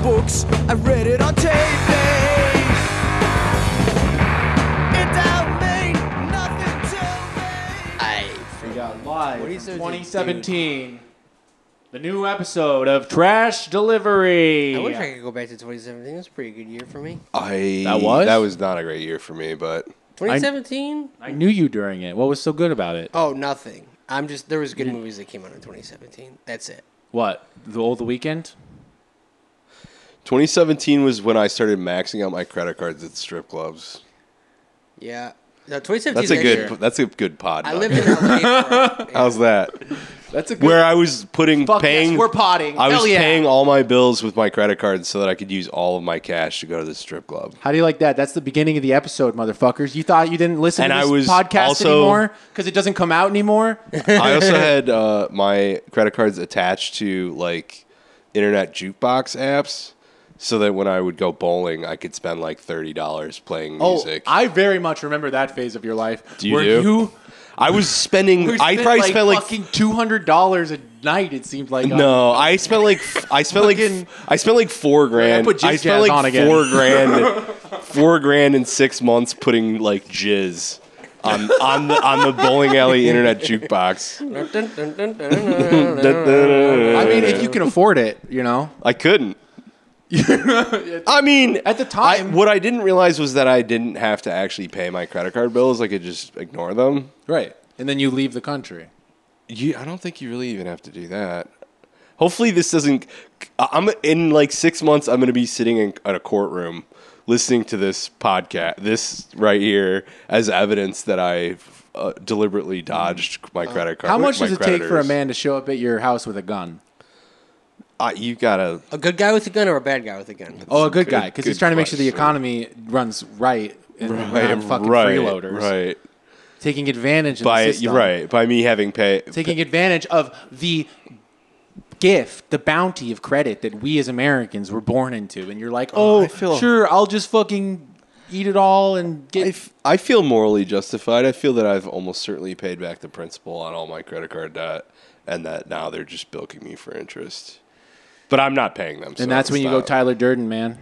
books, I read it on tape. It don't mean nothing to me. We got live What is from it, 2017. The new episode of Trash Delivery. I wish I could go back to 2017. That's a pretty good year for me. I That was? that was not a great year for me, but 2017? I knew you during it. What was so good about it? Oh, nothing. I'm just there was good movies that came out in 2017. That's it. What? The old weekend? 2017 was when I started maxing out my credit cards at strip clubs. Yeah. No, 2017. That's a that good. year. That's a good pod. I nugget. lived in LA. For, yeah. How's that? That's a good Where I was putting Fuck yes, paying. we're potting. I was Hell yeah. paying all my bills with my credit card so that I could use all of my cash to go to the strip club. How do you like that? That's the beginning of the episode, motherfuckers. You thought you didn't listen And to I this was podcast also- anymore because it doesn't come out anymore. I also had uh, my credit cards attached to like internet jukebox apps. So that when I would go bowling, I could spend like thirty dollars playing music. Oh, I very much remember that phase of your life. Do you where do? you I was spending. who I spent, probably like, spent like fucking two hundred dollars a night. It seemed like on- No, I spent like f- I spent like Fucking- f- I spent like four grand. put jizz I spent jazz like on again. four grand, four grand in six months putting like jizz on on the on the bowling alley internet jukebox. Dun, dun, dun, dun, dun, dun. I mean if you can afford it, you know. I couldn't. I mean, At the I- time, what I didn't realize was that I didn't have to actually pay my credit card bills. I could just ignore them. right? And then you leave the country. You, I don't think you really even have to do that. Hopefully, this doesn't. I'm in like six months. I'm going to be sitting in, in a courtroom, listening to this podcast, this right here, as evidence that I uh, deliberately dodged my credit card. Uh, How much my does it take for a creditors. man to show up at your house with a gun? Uh, you gotta. A good guy with a gun or a bad guy with a gun? Oh, a good Good- guy, because he's good trying to make sure the question. economy runs right and we're not fucking right, freeloaders Right. taking advantage of By the you're system. right. By me having pay. taking advantage of the gift, the bounty of credit that we as Amerians were born into. And you're like, oh, I feel- sure, I'll just fucking eat it all and I, get. f- I feel morally justified. I feel that I've almost certainly paid back the principal on all my credit card debt, and that now they're just bilking me for interest. But I'm not paying them. so and that's it's when you go not- Tyler Durden, man.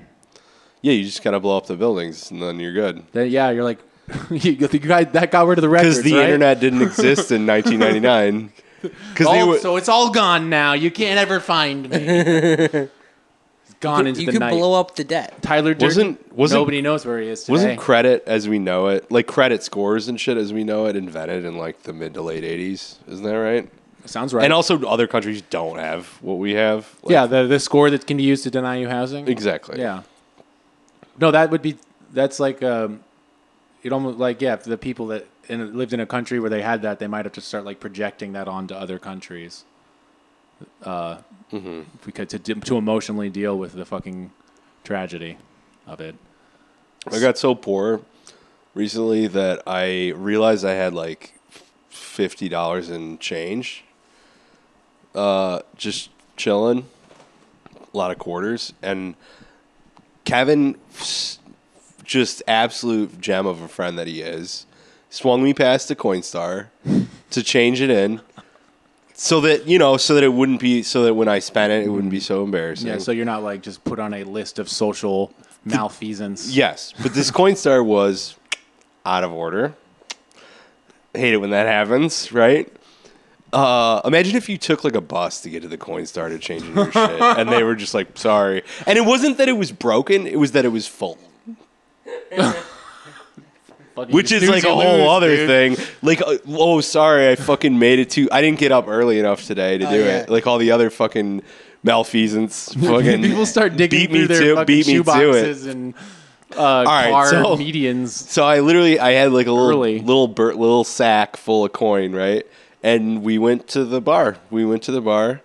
Yeah, you just gotta blow up the buildings, and then you're good. That, yeah, you're like, you, you got, that got rid of the records. Because the right? internet didn't exist in 1999. Because Oh, they were so it's all gone now. You can't ever find me. it's gone into you the could night. blow up the debt. Tyler Durden. Wasn't- wasn't- nobody knows where he is today. wasn't credit as we know it, like credit scores and shit as we know it, invented in like the mid to late 80s. Isn't that right? Sounds right. And also, other countries don't have what we have. Like- yeah, the, the score that can be used to deny you housing. exactly. Yeah. No, that would be that's like um, it almost like yeah, if the people that in, lived in a country where they had that, they might have to start like projecting that onto other countries. Uh, if we could to de- to emotionally deal with the fucking tragedy of it. I got so poor recently that I realized I had like fifty dollars in change, uh, just chilling, a lot of quarters, and Kevin, s- just absolute gem of a friend that he is, swung me past the Coinstar to change it in. So that you know, so that it wouldn't be, so that when I spent it, it wouldn't be so embarrassing. Yeah, so you're not like just put on a list of social malfeasance. Yes, but this Coinstar was out of order. Hate it when that happens, right? Uh, imagine if you took like a bus to get to the Coinstar to change your shit, and they were just like, "Sorry." And it wasn't that it was broken; it was that it was full, Fucking which is snooze like a you whole lose, other dude. thing. Like, uh, oh, sorry, I fucking made it to. I didn't get up early enough today Oh, to do yeah. it. Like all the other fucking malfeasance. Fucking People start digging beat through me their to, fucking beat me shoe to it. boxes and uh, right, car so- medians. So I literally I had like a little Early. little bur- little sack full of coin, right? And we went to the bar. We went to the bar,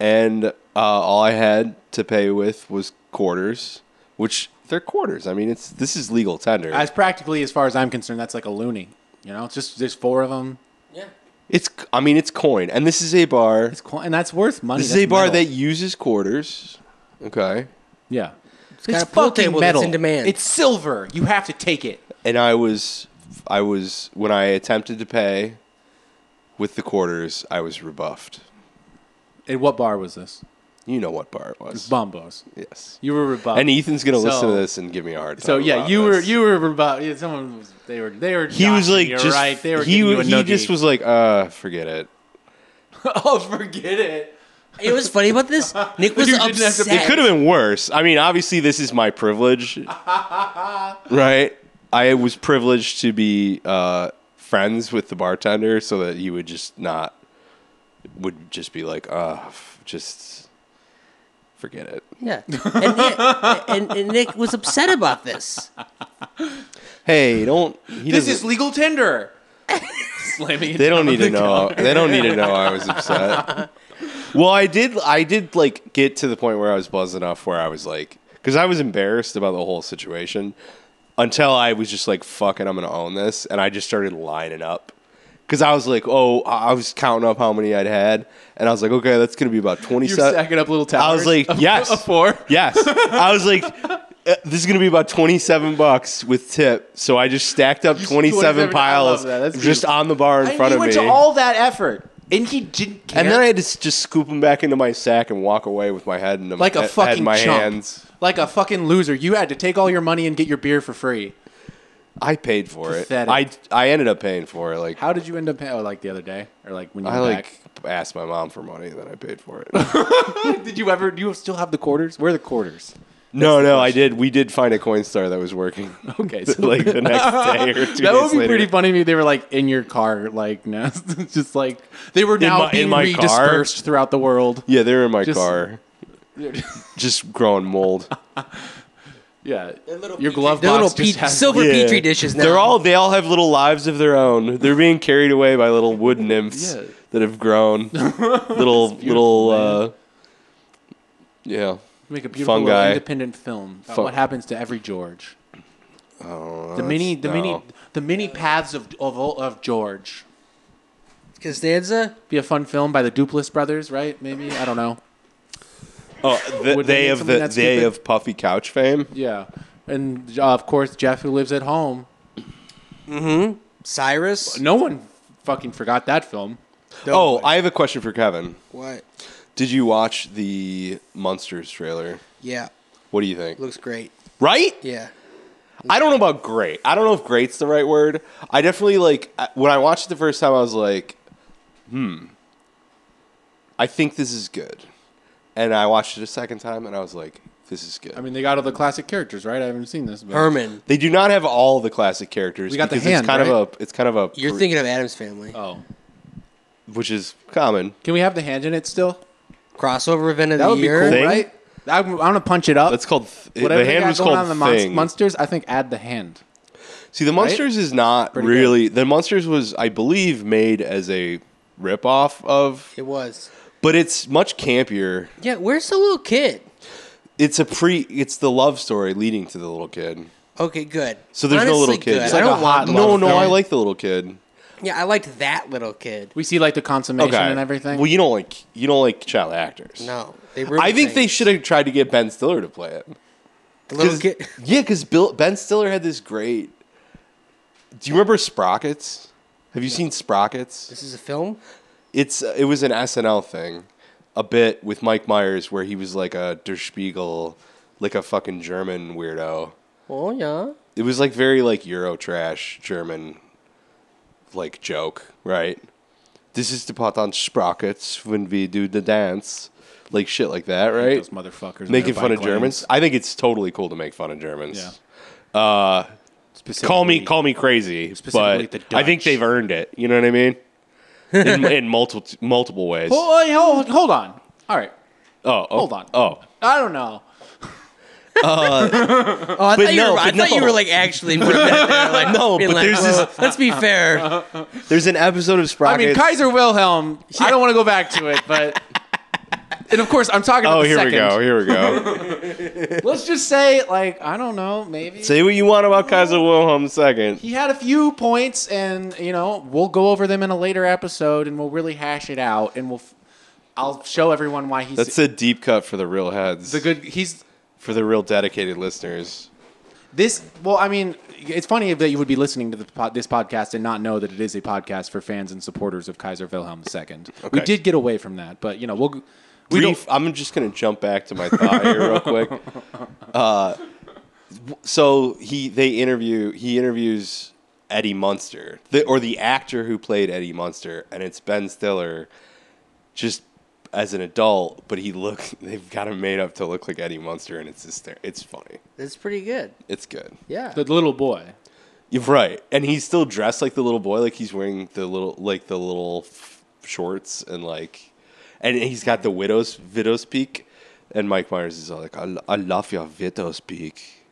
and uh, all I had to pay with was quarters, which they're quarters. I mean, it's this is legal tender. As practically as far as I'm concerned, that's like a loony. You know, it's just there's four of them. Yeah. it's I mean it's coin, and this is a bar. It's cool, and that's worth money. This is That's a bar metal. that uses quarters. Okay, yeah. It's, got a pool table that's in demand. It's silver. You have to take it. and I was I was when I attempted to pay with the quarters, I was rebuffed. And what bar was this? You know what bar it was. Bombos. Yes. You were rebut. And Ethan's gonna listen to Uh, So- this and give me a hard time. So yeah, about you were this. you were about yeah, someone was they were they were He was jocking like you, just right they were he giving you a he noogie. just was like uh forget it. oh forget it It was funny about this. Nick was dude didn't have to- upset. It It could have been worse. I mean, obviously this is my privilege, right? I was privileged to be uh, friends with the bartender, so that he would just not would just be like uh f- just forget it. Yeah. And, Nick, and, and Nick was upset about this. Hey, don't he this doesn't- is legal tender slamming it They down don't need the to know. They don't need to know I was upset. Well, I did. I did like get to the point where I was buzzed enough where I was like, because I was embarrassed about the whole situation until I was just like, "Fuck it, I'm gonna own this," and I just started lining up because I was like, "Oh, I I was counting up how many I'd had," and I was like, "Okay, that's gonna be about you're 27." stacking up little towers I was like, of- yes. of four Yes. I was like, uh, this is going to be about 27 bucks with tip. So I just stacked up 27, 27 piles I love that. That's just beautiful. on the bar in and front he of went me. to all that effort and he didn't care and then I had to s- just scoop them back into my sack and walk away with my head in the like a head- fucking head in my chump. hands. like a fucking loser you had to take all your money and get your beer for free I paid for Pathetic. it. I I ended up paying for it. Like how did you end up paying oh, like the other day or like when you I went like asked my mom for money, and then I paid for it. back did you ever do you still have the quarters where are the quarters no, no, I did. We did find a Coinstar that was working. Okay, so- like the next day or two that days would be later. pretty funny if they were like in your car, like no, it's just like they were now my- in being my car? redispersed throughout the world. Yeah, they were in my Just- car, just growing mold. Yeah, little your glove They're box little just pe- has silver like- petri dishes now. They're all they all have little lives of their own. They're being carried away by little wood nymphs Yeah. that have grown. little little uh yeah. make a beautiful fungi. little independent film about Fun- what happens to every George. Oh, The many, the no. many, the many paths of of of George. Costanza. Be a fun film by the Duplass brothers, right? Maybe I don't know. Oh, the, Would they they make of something the that they stupid? of puffy couch fame. Yeah, and uh, of course Jeff, who lives at home. Cyrus. No one fucking forgot that film. Oh, I have a question for Kevin. What? Did you watch the Monsters trailer? Yeah. What do you think? Looks great. Right? Yeah. I don't know about great. I don't know if great's the right word. I definitely like I- when I watched it the first time. I was like, hmm, I think this is good. And I watched it a second time, and I was like, this is good. I mean, they got all the classic characters, right? I haven't seen this. But Herman. they do not have all the classic characters. We got the because hand, It's kind right? of a. It's kind of a. You're pr- thinking of Adam's family. Oh, which is common. can we have the hand in it still? Crossover event of That the would be year. cool, Thing? right? I, am gonna punch it up. That's called. Th- Whatever the they hand got was going called on in the thing. monsters. I think add the hand. See, the Monsters is not Pretty really. The Monsters was, I believe, made as a ripoff of, It was. but it's much campier. Yeah. Where's the little kid? It's a pre. It's the love story leading to the little kid. Okay. Good. So there's no Honestly, little kid. good. It's I like don't a want hot the love No, little no, kid. I like the little kid. Yeah, I liked that little kid. We see like the consummation and everything. Well, you don't like you don't like child actors. No, they. I think they ruined should have tried to get Ben Stiller to play it. things. The little 'Cause- kid. Yeah, because Bill Ben Stiller had this great. Do you remember Sprockets? Have you seen Sprockets? This is a film. It's uh, it was an SNL thing, a bit with Mike Myers where he was like a Der Spiegel, like a fucking German weirdo. Oh yeah. It was like very like Euro trash German like joke, right? This is the pot on sprockets when we do the dance. Like shit like that, right? Those motherfuckers and Making their fun bike of Germans. lanes. I think it's totally cool to make fun of Germans. Yeah. Specifically, Call me call me crazy, Specifically but the I think Dutch. they've earned it. You know what I mean? In, in multiple multiple ways. Oh, Oh, wait, hold, hold on. All right, oh, hold on. Oh, I don't know. Oh, I But thought, you, no, were, I but thought you no. were like actually. putting that there, like, No, being but like, there's "Well, Let's be fair. there's an episode of I Sprockets. mean, Kaiser Wilhelm. I don't want to go back to it, but and of course I'm talking about. oh, the here we second. go. Here we go. Let's just say, like, I don't know, maybe. Say what you want about Kaiser Wilhelm II. he had a few points, and you know we'll go over them in a later episode, and we'll really hash it out, and we'll, f- I'll show everyone why he's That's a deep cut for the real heads. the good. He's for the real dedicated listeners. This well, I mean, it's funny that you would be listening to the pod, this podcast and not know that it is a podcast for fans and supporters of Kaiser Wilhelm II. We Okay. did get away from that, but you know, we'll brief. I'm just gonna jump back to my thigh here real quick. Uh, w- so he they interview he interviews Eddie Munster the, or the actor who played Eddie Munster, and it's Ben Stiller, just as an adult, but he look they've got him made up to look like Eddie Munster, and it's hyster- it's funny, That's pretty good. it's good. Yeah. The little boy. You're right, and he's still dressed like the little boy, like he's wearing the little like the little f- shorts and like, and he's got the widow's widow's peak, and Mike Myers is all like, I, I love your widow's peak,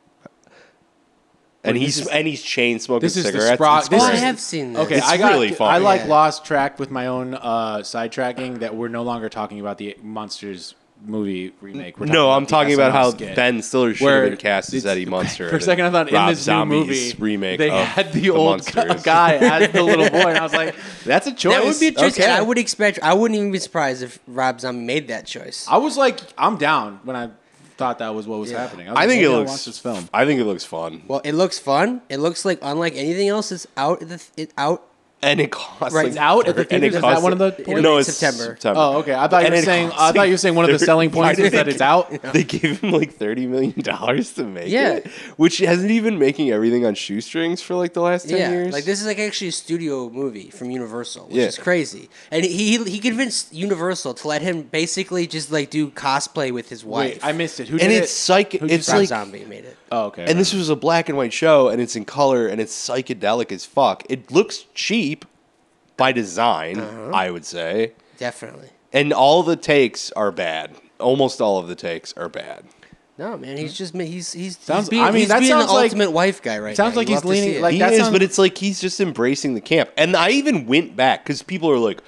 and Wait, he's this is- and he's chain smoking This is the cigarettes. spro- It's this oh, great. I is- have seen this. Okay, It's I got. really funny. I like Yeah. lost track with my own uh, sidetracking that we're no longer talking about the monsters movie remake. We're no, I'm the talking about SNL how skit. Ben Stiller should Where have been cast as it's- Eddie Munster. For a in second, I thought in Rob this new Zombie's movie remake, they of had the, old gu- Munsters. guy as the little boy, and I was like, "That's a choice." That would be a choice. Okay. and I would expect. I wouldn't even be surprised if Rob Zombie made that choice. I was like, "I'm down" when I thought that was what was Yeah. happening. was I like, think it maybe I'll looks. watch this film. I think it looks fun, well, it looks fun. It looks like unlike anything else. It's out. The th- it out. and it costs. Right, like it's out at the thir- and it theaters? Is that costs- one of the It'll No, be it's September. September. Oh, okay. I thought you And were it saying. I costs thought you were saying one of the thirty- selling Why points did is that they it's out. They gave him like thirty million dollars to make Yeah. it, which hasn't even making everything on shoestrings for like the last ten yeah, years. like this is like actually a studio movie from Universal, which Yeah. is crazy. And he he convinced Universal to let him basically just like do cosplay with his wife. Wait, I missed it. Who and did it's it? psych. Who It's just- Rob like, Zombie made it. Oh, okay. and this was a black and white show, and it's in color, and it's psychedelic as fuck. It looks cheap by design, Uh-huh. I would say, Definitely. and all the takes are bad. Almost all of the takes are bad. No man, he's just ma- he's he's, Sounds- he's being, I mean, he's that being the sounds like- ultimate wife guy right sounds now. like You he's love to see leaning- it. like, he that is, sounds- but it's like he's just embracing the camp. And I even went back because people are like,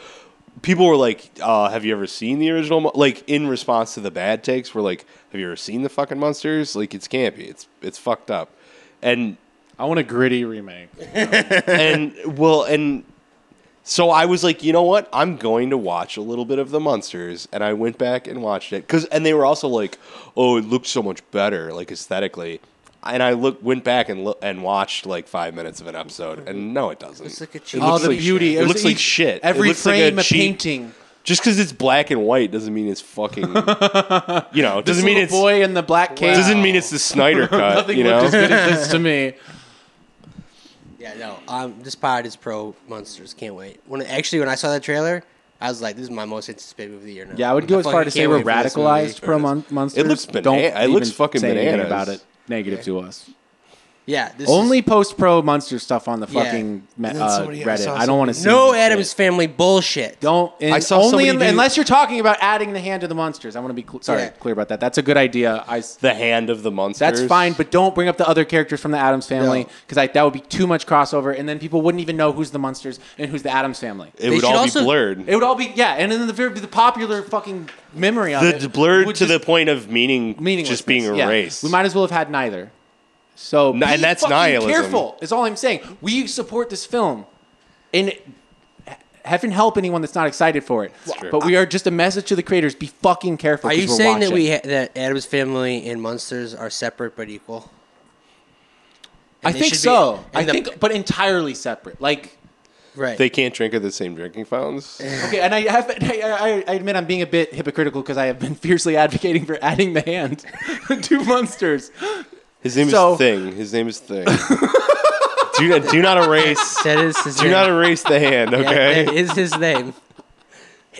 people were like, uh, "Have you ever seen the original?" Mo-? Like in response to the bad takes, we're like, "Have you ever seen the fucking monsters?" Like it's campy, it's it's fucked up, and I want a gritty remake. and well and. So I was like, you know what? I'm going to watch a little bit of the monsters, and I went back and watched it because, and they were also like, oh, it looked so much better, like aesthetically. And I look went back and look, and watched like five minutes of an episode, and no, it doesn't. It's like a It cheap- looks Oh, the like- beauty. It, was looks like each- shit. It Every looks like frame, a cheap- painting. Just because it's black and white doesn't mean it's fucking. you know, This doesn't mean little it's boy in the black cape. doesn't mean it's the Snyder cut. Nothing you know, looked as good as this to me. Yeah, no. Um, this pod is pro monsters. Can't wait. When actually, when I saw that trailer, I was like, "This is my most anticipated movie of the year." Now. Yeah, I would go as fucking far to say can't we're wait for this movie. radicalized pro mon- monsters. looks bana- Don't it looks even fucking say anything bananas. about it. Negative to us. Yeah, this Only post pro monster stuff on the Yeah. fucking me- then uh, somebody else Reddit. saw I don't want to is see no this Adams shit. family bullshit. Don't. and I saw only somebody in, do- unless you're talking about adding the hand to the monsters. I want to be cl- sorry, Yeah. clear about that. That's a good idea. I. s- the hand of the monsters. That's fine, but don't bring up the other characters from the Adams family No. because that would be too much crossover, and then people wouldn't even know who's the monsters and who's the Adams family. it They would should all also- be blurred. It would all be yeah, and then the very the popular fucking memory of the it blurred to would the just- point of meaning, meaninglessness. just being Yeah. erased. We might as well have had neither. So No, and be that's fucking nihilism. Careful is all I'm saying. We support this film, and he- heaven help anyone that's not excited for it. true. But we are just a message to the creators: be fucking careful. Are 'cause you we're saying that watching. we ha- that Adams family and monsters are separate but equal? I they think should be- so. and I the- think, but entirely separate. Like Right. they can't drink at the same drinking fountains. okay, and I have I, I- I admit I'm being a bit hypocritical because I have been fiercely advocating for adding the hand to monsters. His name So- is Thing. His name is Thing. do, do not erase. that is his Do name. not erase the hand. Okay. That is his name.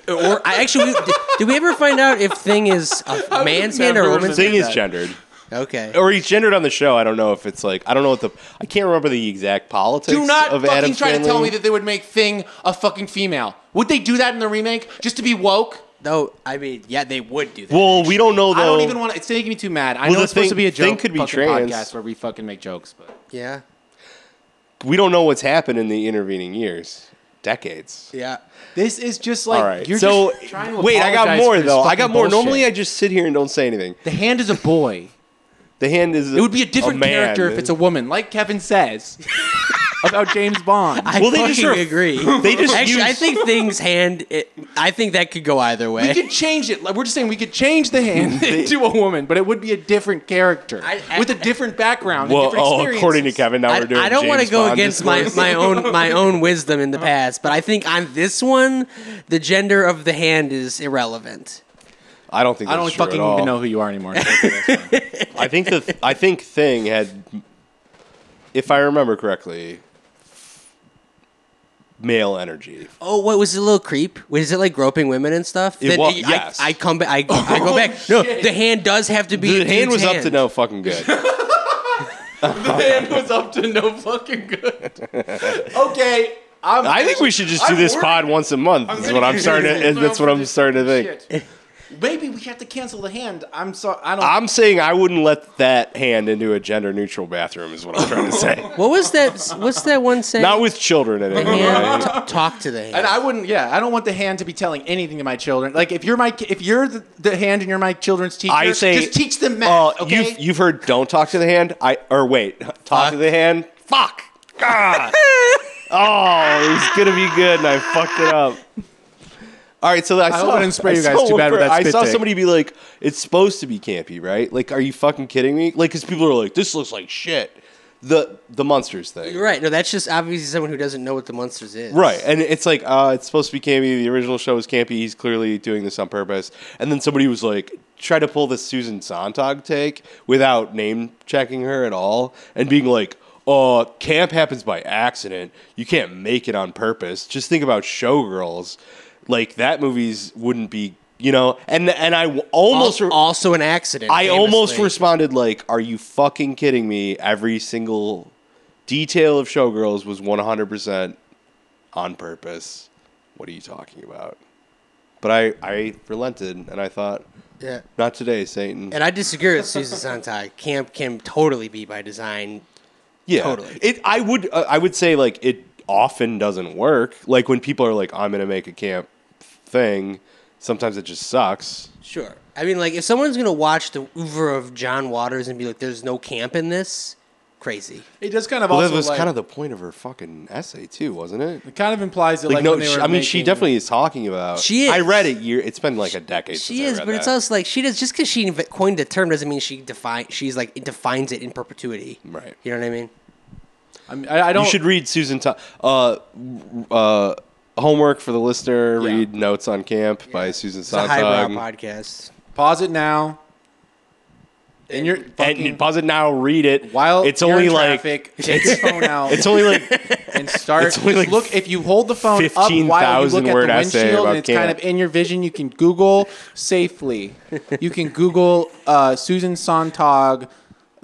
Or I actually, we- did, did we ever find out if Thing is a man's man or a never woman's Thing man? is gendered. Okay. or he's gendered on the show. I don't know if it's like I don't know what the I can't remember the exact politics. Do not of fucking Adam's try to family. tell me that they would make Thing a fucking female. Would they do that in the remake just to be woke? No, I mean, yeah, they would do that. Well, we don't know though. I don't even want to. It's making me too mad. I Well, know the it's supposed to thing- be a joke Thing could be fucking trans. podcast where we fucking make jokes, but yeah, we don't know what's happened in the intervening years, decades. yeah. this is just like All right. you're so just trying to wait, I got apologize for more this though. I fucking got more. bullshit. Normally, I just sit here and don't say anything. the hand is a boy. The hand is. It would be a different character if it's a woman, like Kevin says about James Bond. I Well, they fucking just ref- agree. They just Actually, I use- think Thing's hand. It, I think that could go either way. we could change it. Like, we're just saying we could change the hand into a woman, but it would be a different character I- I- with a different background. and Well, different oh, according to experiences. Kevin, now I, we're doing. I don't want to James go Bond against discourse. my, my own my own wisdom in the past, but I think on this one, the gender of the hand is irrelevant. I don't think I that's don't true fucking at all. even know who you are anymore. Okay, that's fine. I think the I think Thing had, if I remember correctly, male energy. Oh, what was it? A little creep? Was it like groping women and stuff? It That- wa- I- yes. Oh, I, come back. I, I go back. No, the hand does have to be. The a hand dude's was up to no fucking good. Man was up to no fucking good. okay. I'm, I think we should just do I'm this worried. pod once a month. Is what I'm starting. To, that's what I'm starting to think. Shit. Maybe we have to cancel the hand. I'm sorry. I don't. I'm saying I wouldn't let that hand into a gender neutral bathroom. Is what I'm trying to say. What was that? What's that one saying? Not with children in it. hand. right? T- talk to the hand. and I wouldn't. Yeah, I don't want the hand to be telling anything to my children. Like if you're my, ki- if you're the, the hand and you're my children's teacher, I say just teach them math. uh, okay. You've, you've heard don't talk to the hand. I or wait, talk to the hand. Fuck. God. oh, it was gonna be good, and I fucked it up. All right, so I, hope saw. I didn't spray you saw guys too one bad with per- that I spit saw take. somebody be like, "It's supposed to be campy, right?" Like, are you fucking kidding me? Like, because people are like, "This looks like shit." The the monsters thing. You're right. No, that's just obviously someone who doesn't know what the monsters is. Right, and it's like uh, it's supposed to be campy. The original show was campy. He's clearly doing this on purpose. And then somebody was like, try to pull this Susan Sontag take without name checking her at all, and being like, "Oh, camp happens by accident. You can't make it on purpose. Just think about Showgirls. Like that movie's wouldn't be, you know." And and I w- almost Also, also an accident. I almost famously. responded like, "Are you fucking kidding me?" Every single detail of Showgirls was 100% on purpose. What are you talking about? But I, I relented and I thought, Yeah. "Not today, Satan." And I disagree with Susan Sontag. Camp can totally be by design. yeah, totally. It. I would. Uh, I would say like it often doesn't work. Like when people are like, "I'm gonna make a camp thing," sometimes it just sucks. Sure. I mean, like, if someone's going to watch the oeuvre of John Waters and be like, there's no camp in this, crazy. it does kind of Well, also that was like, kind of the point of her fucking essay too, wasn't it? it kind of implies that like, like, no, when they she, were I mean she making- definitely is talking about. She I is. read it year. It's been like a decade. She since I is, read but it's that. also like she does. Just because she inv- coined the term doesn't mean she define. She's like it defines it in perpetuity. Right. You know what I mean? I, mean, I, I don't. You should read Susan. T- uh, uh, homework for the listener. Yeah. Read Notes on Camp by Susan It's a highbrow Sontag. podcast. pause it now. And you're fucking And pause it now. Read it. while it's you're only in like traffic, take your phone out. it's only like and start. It's only just like look if you hold the phone up while you 15,000 look at the word essay windshield about and it's camp. kind of in your vision. You can Google safely. You can Google uh, Susan Sontag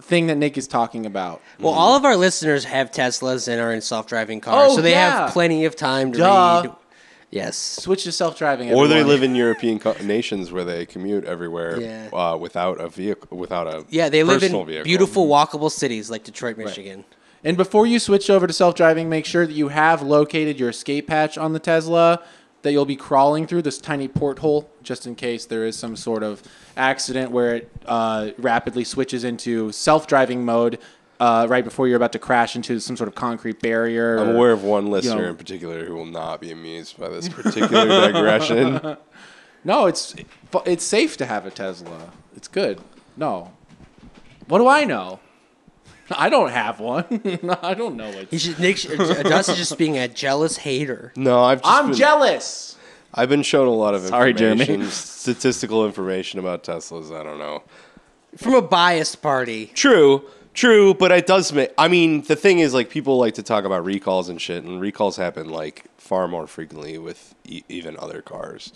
thing that Nick is talking about. Well, Mm-hmm. all of our listeners have Teslas and are in self-driving cars, Oh, so they yeah. have plenty of time to Duh. read. Yes. Switch to self driving. or they live in European co- nations where they commute everywhere Yeah. uh, without a vehicle, without a Yeah, they live in personal vehicle. Mm-hmm. beautiful, walkable cities like Detroit, Michigan. And before you switch over to self driving, make sure that you have located your escape hatch on the Tesla that you'll be crawling through this tiny porthole just in case there is some sort of accident where it uh, rapidly switches into self driving mode. Uh, right before you're about to crash into some sort of concrete barrier. I'm or- aware of one listener know. in particular who will not be amused by this particular digression. No, it's it's safe to have a Tesla. It's good. No, what do I know? I don't have one. I don't know what. He should, Nick, should- Dustin's just being a jealous hater. No, I've just I'm been, jealous. I've been shown a lot of Sorry, Jeremy. information, statistical information about Teslas. I don't know. From a biased party. True, true, but it does make. I mean, the thing is, like, people like to talk about recalls and shit, and recalls happen like far more frequently with e- even other cars.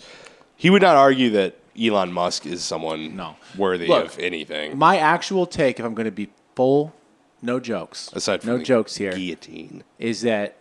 He would not argue that Elon Musk is someone No. worthy Look, of anything My actual take, if I'm going to be full, no jokes. aside from no the jokes here, is Guillotine. that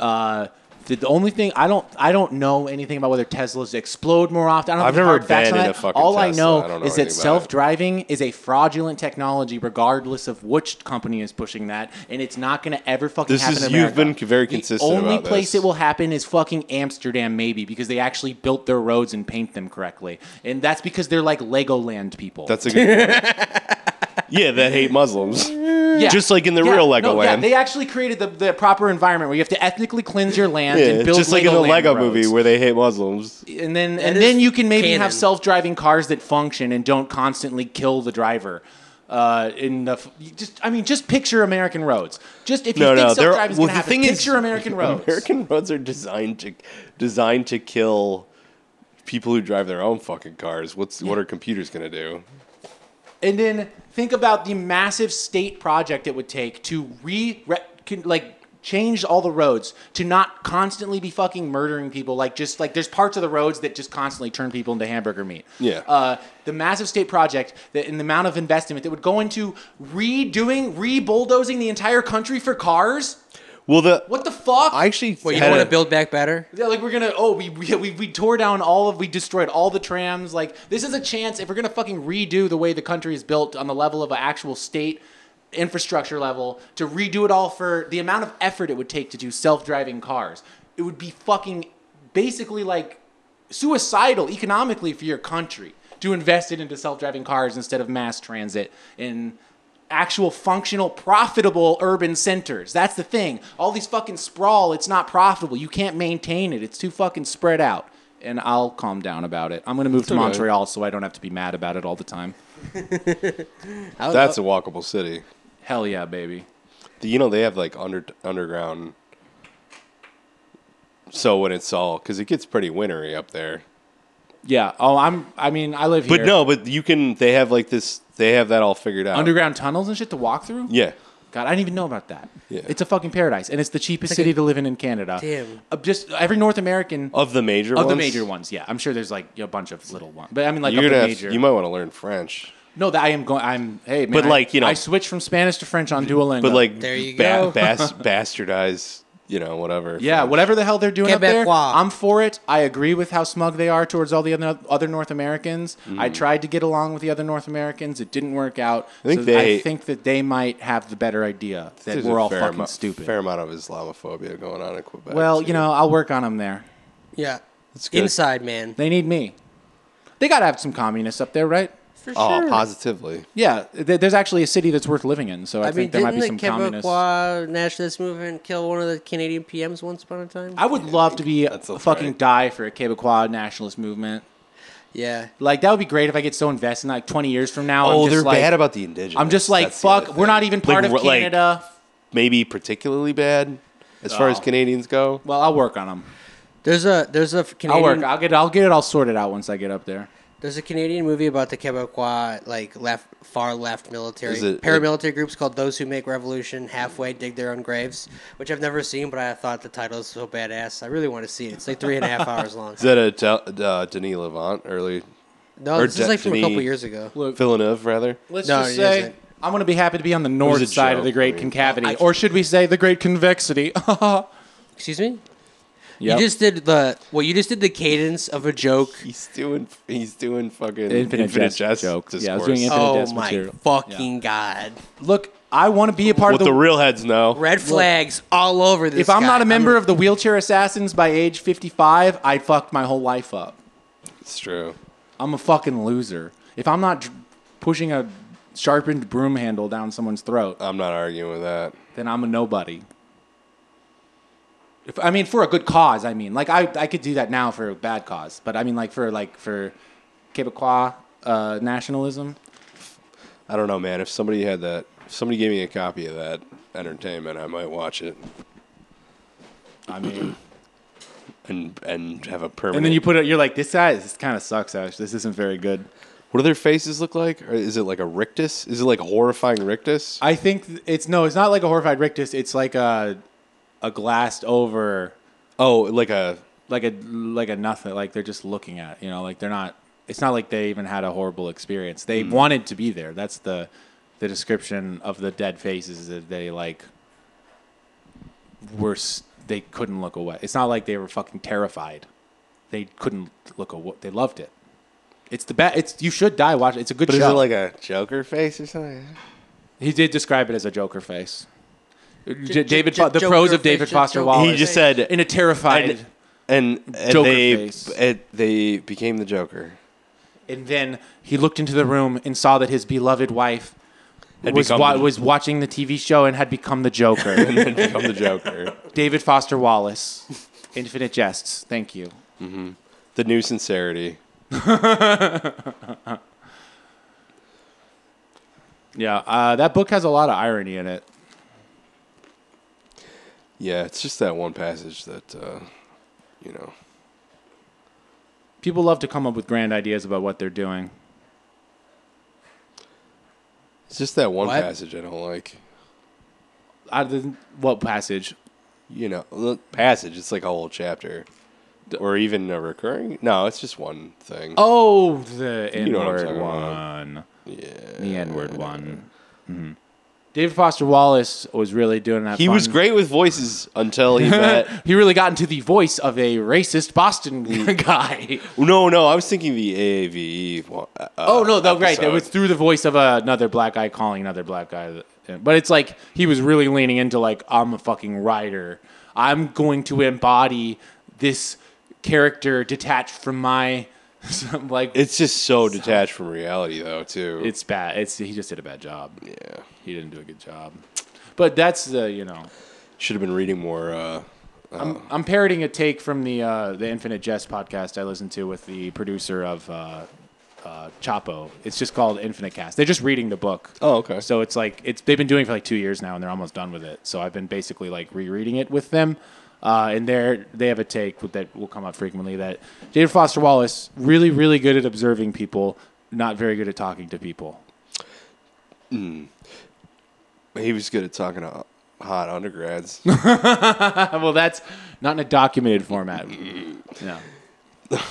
uh, the, the only thing I don't I don't know anything about whether Teslas explode more often. I don't I've have never hard facts been on in that. a fucking All I Tesla. know, I don't know is that anything about it. self driving is a fraudulent technology, regardless of which company is pushing that, and it's not going to ever fucking This happen. is- in you've America. been very The consistent only about place this. it will happen is fucking Amsterdam, maybe, because they actually built their roads and paint them correctly, and that's because they're like Legoland people. That's a good. point. yeah, that hate Muslims. Yeah. Just like in the real Lego yeah, land. they actually created the, the proper environment where you have to ethnically cleanse your land Yeah, and build just like in the Legoland Lego roads. movie where they hate Muslims. and then and is then you can maybe canon. have self-driving cars that function and don't constantly kill the driver. Uh, in the f- you just, I mean, just picture American roads. Just if you No, think no, they're self-driving is well, going to the happen, thing is picture American roads. American roads are designed to designed to kill people who drive their own fucking cars. What's what are computers gonna do? And then think about the massive state project it would take to re, re con- like change all the roads to not constantly be fucking murdering people. Like just like there's parts of the roads that just constantly turn people into hamburger meat. Yeah. Uh, the massive state project that in the amount of investment that would go into redoing, re bulldozing the entire country for cars. Well, the What the fuck? I actually Wait, you had want a- to build back better? Yeah, like we're gonna. Oh, we, we we we tore down all of. We destroyed all the trams. Like this is a chance if we're gonna fucking redo the way the country is built on the level of an actual state infrastructure level to redo it all for the amount of effort it would take to do self-driving cars. It would be fucking basically like suicidal economically for your country to invest it into self-driving cars instead of mass transit in actual functional profitable urban centers that's the thing all these fucking sprawl it's not profitable you can't maintain it it's too fucking spread out and i'll calm down about it i'm going to move to okay. montreal so i don't have to be mad about it all the time I would That's a love- walkable city. hell yeah baby The- You know they have like under underground. So when it's all because it gets pretty wintry up there. yeah oh i'm i mean i live here But no, but you can. They have like this. They have that all figured out. underground tunnels and shit to walk through Yeah. God, I didn't even know about that. Yeah. It's a fucking paradise, and it's the like cheapest a- city to live in in Canada. Damn. Uh, just every North American Of the major of ones. the major ones. Yeah, I'm sure there's like a bunch of little ones, but I mean like You're of gonna the have, major. you might want to learn French. no, that I am going. I'm hey, man, But, I- like, you know- I switched from Spanish to French on Duolingo. But like There you go. ba- bas- bastardize, you know, whatever. Yeah, French. whatever the hell they're doing up there, Quebecois. I'm for it. I agree with how smug they are towards all the other, other North Americans. I tried to get along with the other North Americans. It didn't work out. Mm. I think so I they- think that they might have the better idea that There's we're a all fair fucking amou- stupid. Fair amount of Islamophobia going on in Quebec. well, too. you know, I'll work on them there. yeah. It's good. Inside man. They need me. They got to have some communists up there, right? For Oh, sure. positively. Yeah, th- there's actually a city that's worth living in, so I I, mean, think there might didn't be the some communists. Quebecois nationalist movement kill one of the Canadian PMs once upon a time? I would love to be a That's all fucking right. die for a Quebecois nationalist movement. yeah. Like that would be great if I get so invested. in Like 20 years from now, oh, I'm just they're like, bad about the indigenous. I'm just like, That's the other fuck, we're thing. not even Like, part ru- of like, Canada. maybe particularly bad as far as Oh. Canadians go. well, I'll work on them. There's a there's a I'll Canadian work. I'll get. I'll get it all sorted out once I get up there. There's a Canadian movie about the Quebecois, like left, far left military Is it- paramilitary groups called "Those Who Make Revolution Halfway Dig Their Own Graves," which I've never seen, but I thought the title is so badass. I really want to see it. It's like three and a half hours long. Is that a Del- uh, Denis Levant early? No, or this is like from a couple Destiny- years ago. Villeneuve, rather? Let's No, just it say isn't. I'm gonna be happy to be on the north a side joke, of the Great I mean. Concavity, or should we say the Great Convexity? Excuse me. Yep. You just did the well. You just did the cadence of a joke. He's doing, he's doing fucking Infinite infinite, jest jest joke. discourse. Yeah, I was doing infinite- Oh Dest my material. fucking god! Look, I want to be a part What of the the real heads know. Red flags all over this. If I'm guy. not a member of the Wheelchair Assassins by age 55, I fucked my whole life up. It's true. I'm a fucking loser. If I'm not dr- pushing a sharpened broom handle down someone's throat, uh, I'm not arguing with that. then I'm a nobody. If, I mean, for a good cause, I mean, like I, I could do that now for a bad cause, but I mean, like for like for Quebecois uh, nationalism. I don't know, man. If somebody had that, if somebody gave me a copy of that entertainment, I might watch it I mean, and and have a permanent. and then you put it, you're like, this guy, this kind of sucks. Ash. This isn't very good. what do their faces look like? Or is it like a rictus? Is it like horrifying rictus? I think th- it's no, it's not like a horrified rictus. It's like a a glassed over, oh, like a like a like a nothing. Like they're just looking at, you know, like they're not. It's not like they even had a horrible experience. They wanted to be there. That's the the description of the dead faces is that they like were s- they couldn't look away. It's not like they were fucking terrified. They couldn't look away. They loved it. It's the best. It's you should die. Watch it. It's a good But show. is it like a Joker face or something? He did describe it as a Joker face. J- J- David, J- Fo- the Joker pros of face, David J- Foster Joker Wallace. He just face. said in a terrified, and, and, and Joker they face. and they became the Joker. and then he looked into the room and saw that his beloved wife Had was become wa- the- was watching the TV show and had become the Joker. And become the Joker. David Foster Wallace, Infinite Jests. Thank you. The new sincerity. Yeah, uh, that book has a lot of irony in it. Yeah, it's just that one passage that uh, you know. People love to come up with grand ideas about what they're doing. It's just that one What? passage I don't like. Out of the, what passage? You know, the passage. It's like a whole chapter, or even a recurring. No, it's just one thing. Oh, the N You know what I'm word talking about. one. yeah. The N word one. Mhm. David Foster Wallace was really doing that. He was fun- great with voices until he met. he really got into the voice of a racist Boston guy. No, no, I was thinking the AAVE. one- Uh, Oh no, though right, it episode. was through the voice of another black guy calling another black guy. But it's like he was really leaning into like I'm a fucking writer. I'm going to embody this character detached from my some, like It's just so detached from reality, though. Too. it's bad. It's he just did a bad job. yeah. He didn't do a good job. But that's the you know Should have been reading more. Uh, I'm, I'm parroting a take from the uh, the Infinite Jest podcast I listened to with the producer of uh, uh, Chapo. It's just called Infinite Cast. They're just reading the book. Oh, okay. So it's like it's they've been doing it for like two years now, and they're almost done with it. So I've been basically like rereading it with them. Uh, and they're, they have a take with- that will come up frequently that David Foster Wallace really really good at observing people, not very good at talking to people. he was good at talking to hot undergrads. well, that's not in a documented format. Yeah.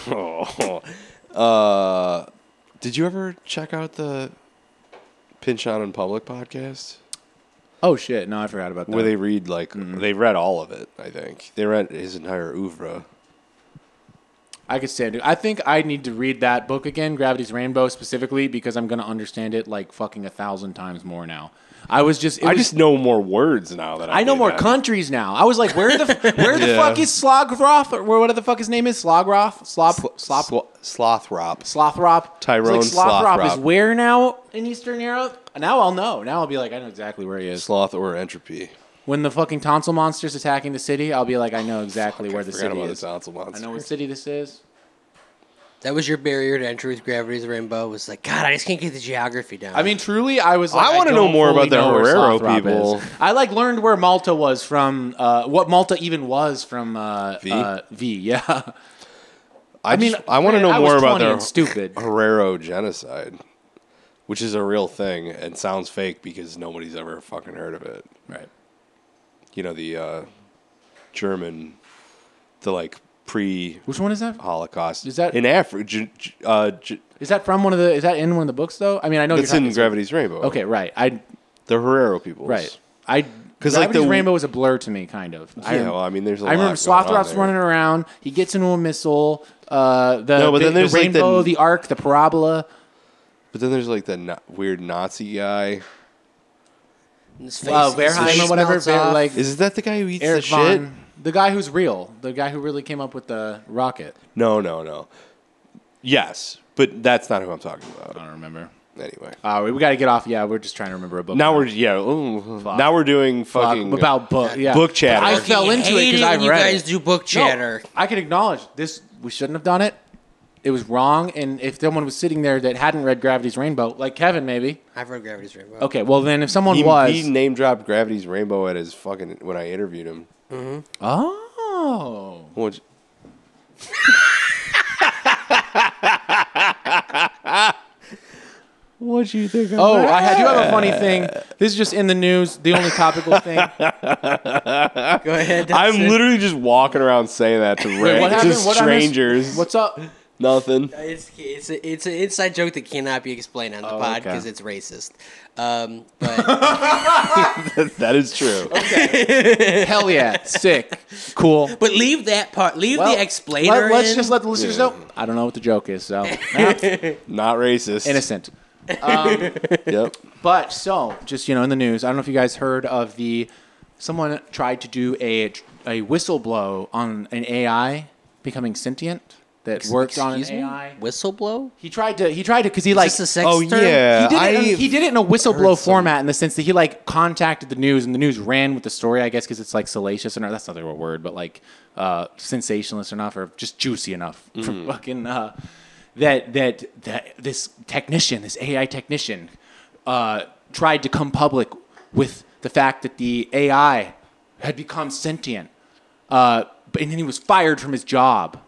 oh. Uh, did you ever check out the Pinch On in Public podcast? Oh shit! No, I forgot about that. Where they read like Mm-hmm. they read all of it. I think they read his entire oeuvre. I could stand it. I think I need to read that book again, Gravity's Rainbow, specifically because I'm gonna understand it like fucking a thousand times more now. I was just, it I was- just know more words now that I, I know do more that. countries now. I was like, where the f- where the Yeah. fuck is Slogroth or where what the fuck his name is? Slogroth, Slop, Slop, Swa- Slothrop. Slothrop. Tyrone It's like Slothrop is Slothrop. where now in Eastern Europe? Now I'll know. Now I'll be like, I know exactly where he is. Sloth or entropy. When the fucking tonsil monster's attacking the city, I'll be like, I know exactly Fuck, where I the forgot city about is. the tonsil monster. I know what city this is. That was your barrier to entry with Gravity's Rainbow. Was like, God, I just can't get the geography down. I mean, truly, I was. Like, I wanna don't know more fully about the know where Herero Sothrop people. is. I like learned where Malta was from. Uh, what Malta even was from uh, V? Uh, v. Yeah. I, mean, mean, I want to man, I know was more about 20 the and stupid. Herero genocide, which is a real thing and sounds fake because nobody's ever fucking heard of it. Right. You know the uh, German, the like pre-Holocaust Which one is that? is that- in Africa? Uh, J- Is that from one of the? Is that in one of the books though? I mean, I know that's you're in talking- Gravity's Rainbow. Okay, right. I the Herero people. right. I 'Cause, because like, like the the- rainbow was a blur to me, kind of. Yeah, well, I mean, there's a I remember lot going on Slothrop's there. running around. He gets into a missile. Uh, the No, but the- then there's, the like, the- rainbow, the arc, the parabola. But then there's like the na- weird Nazi guy. his face- Uh, his Verheim or face whatever. melts they're off. Like Is that the guy who eats Eric the Von, shit? the guy who's real, the guy who really came up with the rocket. No, no, no. Yes, but that's not who I'm talking about. don't remember. Anyway. Uh, we, we got to get off. Yeah, we're just trying to remember a book. Now we're yeah. ooh, now we're doing fucking Fuck, about book. Yeah, book chatter. I Fucking fell into it hate because it I when read. you guys it. do book No, chatter. I can acknowledge this. We shouldn't have done it. It was wrong. And if someone was sitting there that hadn't read Gravity's Rainbow, like Kevin, maybe. I've read Gravity's Rainbow. Okay, well then, if someone He, was, he name dropped Gravity's Rainbow at his fucking when I interviewed him. oh, Which, what you think? Of oh, I had- do have a funny thing. This is just in the news. The only topical thing. Go ahead. I'm Dustin. literally just walking around saying that to Wait, what ra- happened? just What I missed? strangers. What's up? nothing? It's it's a, it's an inside joke that cannot be explained on the Oh, pod okay. because it's racist. Um, but that is true. Hell yeah, sick, cool. but leave that part. Leave Well, the explainer. Let, us in. just let the listeners know. I don't know what the joke is, so Eh, Not racist. innocent. Yep. But so, just you know, in the news, I don't know if you guys heard of the someone tried to do a a whistleblow on an AI becoming sentient that worked on an Excuse me? AI. Whistleblow. He tried to he tried to because he like Is this a sex oh, term? yeah. he did, it, in- I've he did it in a whistleblow heard some- format in the sense that he like contacted the news and the news ran with the story, I guess, because it's like salacious or that's not the real word, but like uh, sensationalist enough or just juicy enough Mm. for fucking uh, that that that this technician, this AI technician, uh, tried to come public with the fact that the AI had become sentient, uh, but and then he was fired from his job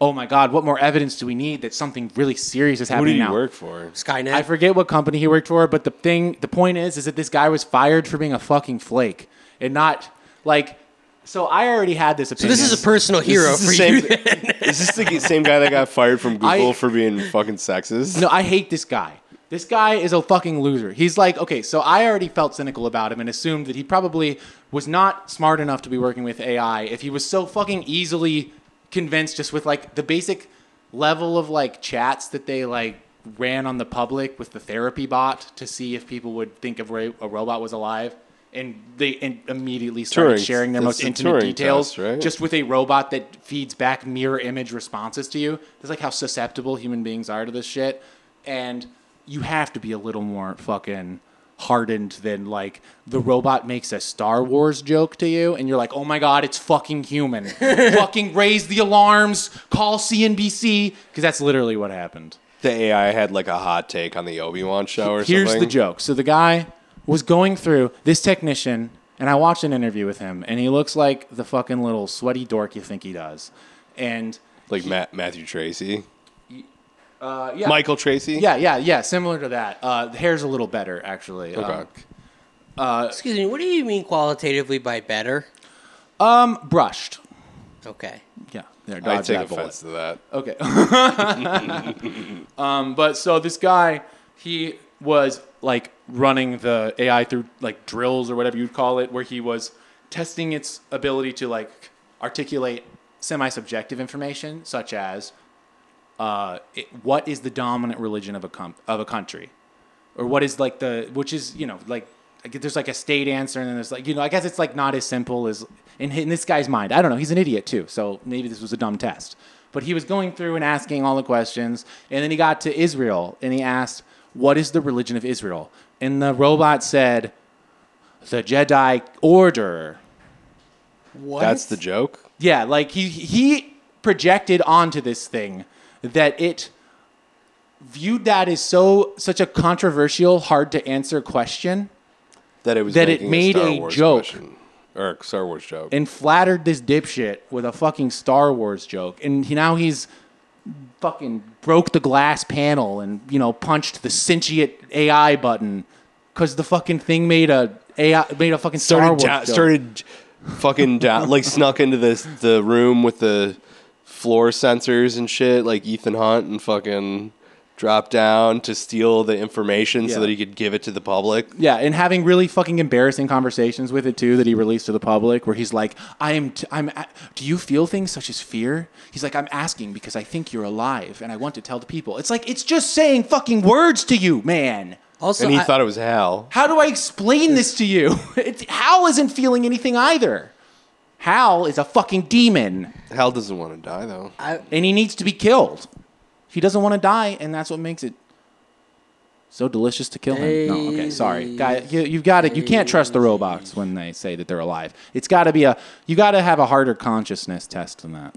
oh my God, what more evidence do we need that something really serious is Who happening did he now? work for? Skynet. I forget what company he worked for, but the thing, the point is, is that this guy was fired for being a fucking flake and not like. So I already had this so opinion. this is a personal hero Is for this the you. same- Is this the g- same guy that got fired from Google I- for being fucking sexist? No, I hate this guy. This guy is a fucking loser. He's like, okay, so I already felt cynical about him and assumed that he probably was not smart enough to be working with AI if he was so fucking easily convinced just with like the basic level of like chats that they like ran on the public with the therapy bot to see if people would think of ra- a robot was alive. And they in- immediately started Turing- sharing their most that's the intimate Turing details test, right? just just with a robot that feeds back mirror image responses to you. That's like how susceptible human beings are to this shit. And you have to be a little more fucking hardened than like the robot makes a Star Wars joke to you and you're like, "Oh my god, it's fucking human." fucking raise the alarms, call CNBC because that's literally what happened. The AI had like a hot take on the Obi Wan show or Here's something. the joke. So the guy was going through this technician, and I watched an interview with him, and he looks like the fucking little sweaty dork you think he does. And Like Ma- Matthew Tracy, uh, yeah, Michael Tracy. Yeah, yeah, yeah. Similar to that. Uh, the hair's a little better actually. Um, Okay. Excuse me. What do you mean qualitatively by better? brushed. Okay. Yeah, there. I dodge take that bullet. offense to that. Okay. um, but so this guy, he was like running the AI through like drills or whatever you'd call it, where he was testing its ability to like articulate semi-subjective information, such as uh, it, what is the dominant religion of a com- of a country, or what is like the which is you know like. I get- There's like a state answer, and then there's like you know. I guess it's like not as simple as in, hi- in this guy's mind. I don't know. He's an idiot too, so maybe this was a dumb test. But he was going through and asking all the questions, and then he got to Israel, and he asked, "What is the religion of Israel?" And the robot said, "The Jedi Order." What? That's the joke. Yeah, like he he projected onto this thing that it viewed that as so such a controversial, hard to answer question, That it was That it making made Star a Wars joke. question. or a Star Wars joke. and flattered this dipshit with a fucking Star Wars joke, and he, now he's fucking broke the glass panel and you know punched the sentient AI button because the fucking thing made a AI made a fucking Star started Wars down, joke. started fucking down, like snuck into the the room with the floor sensors and shit, like Ethan Hunt and fucking dropped down to steal the information Yeah. so that he could give it to the public. Yeah, and having really fucking embarrassing conversations with it too that he released to the public, where he's like, "I am, t- I'm. A- do you feel things such as fear?" He's like, "I'm asking because I think you're alive, and I want to tell the people." It's like it's just saying fucking words to you, man. Also, and he I- thought it was Hal. How do I explain this to you? It's, Hal isn't feeling anything either. Hal is a fucking demon, Hal doesn't want to die though. and he needs to be killed. He doesn't want to die, and that's what makes it so delicious to kill him. No, okay, sorry, guy. You, you've got to. You can't trust the robots when they say that they're alive. It's got to be a. You got to have a harder consciousness test than that.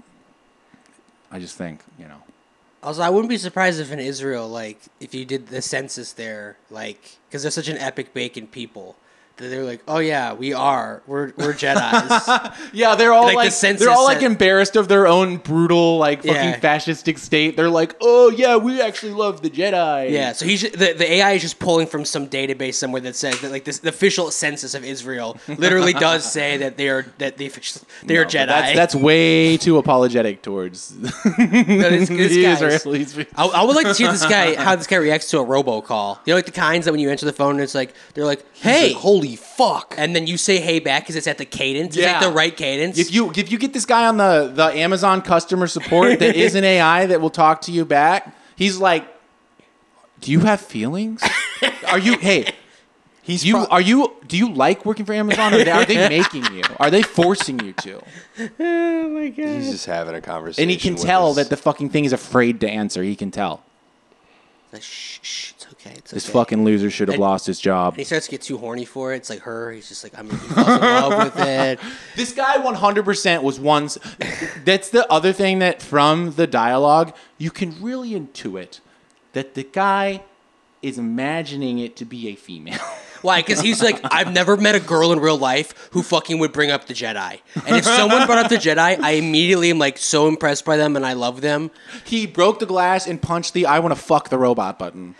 I just think you know. Also, I wouldn't be surprised if in Israel, like, if you did the census there, like, because they're such an epic bacon people, that they're like, oh yeah, we are, we're we're Jedi's. Yeah, they're all Like like, the census they're all said- like embarrassed of their own brutal like fucking Yeah. fascistic state. They're like, oh yeah, we actually love the Jedi. yeah. So he's ju- the the AI is just pulling from some database somewhere that says that like this the official census of Israel literally does say that they are that they they are No, but Jedi. That's, that's way too apologetic towards this- the this guy is- Israelis. I, I would like to see this guy how this guy reacts to a robocall. You know, like the kinds that when you answer the phone, it's like they're like, "Hey, holy fuck!" and then you say "Hey" back because it's at the cadence, it's Yeah. like the right cadence. If you if you get this guy on the the Amazon customer support that is an AI that will talk to you back, he's like, "Do you have feelings? Are you hey? He's you are you do you like working for Amazon? Or are they making you? Are they forcing you to?" He's just having a conversation. And he can with tell his- that the fucking thing is afraid to answer. He can tell. Like, shh, shh, it's okay. It's This okay. fucking loser should have And- lost his job. And he starts to get too horny for it. It's like her. He's just like, I'm he falls in love with it. This guy 100% was once. That's the other thing that from the dialogue, you can really intuit that the guy is imagining it to be a female. Why? Because he's like, I've never met a girl in real life who fucking would bring up the Jedi. And if someone brought up the Jedi, I immediately am like so impressed by them and I love them. He broke the glass and punched the "I want to fuck the robot" button.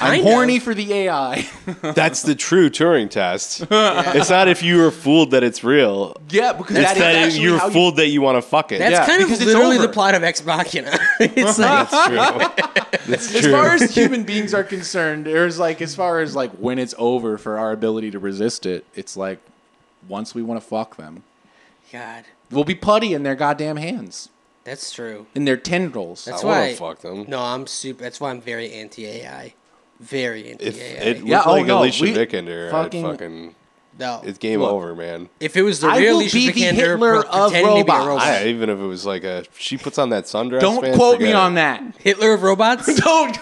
I'm Kind of. horny for the AI. That's the true Turing test. It's not if you were fooled that it's real. yeah, because It's that that, is actually you were how you- fooled that you want to fuck it. That's Yeah, kind of because it's literally over. the plot of Ex Machina. it's like, That's true. That's As true. far as human beings are concerned, there's like as far as like when it's over for our ability to resist it, it's like once we want to fuck them, God, we'll be putty in their goddamn hands, that's true. in their tendrils. That's I why. wanna fuck them. No, I'm super. That's why I'm very anti AI. Very anti if AI. it looked Yeah, oh, like no, Alicia we- Vikander, fucking- I'd fucking. no, It's game Look. over, man. if it was the I real will Alicia be the Vikander Hitler pro- of pretending to be a robots. robot. I, even if it was like a, she puts on that sundress. Don't man, quote me forget on it. that. Hitler of robots. Don't.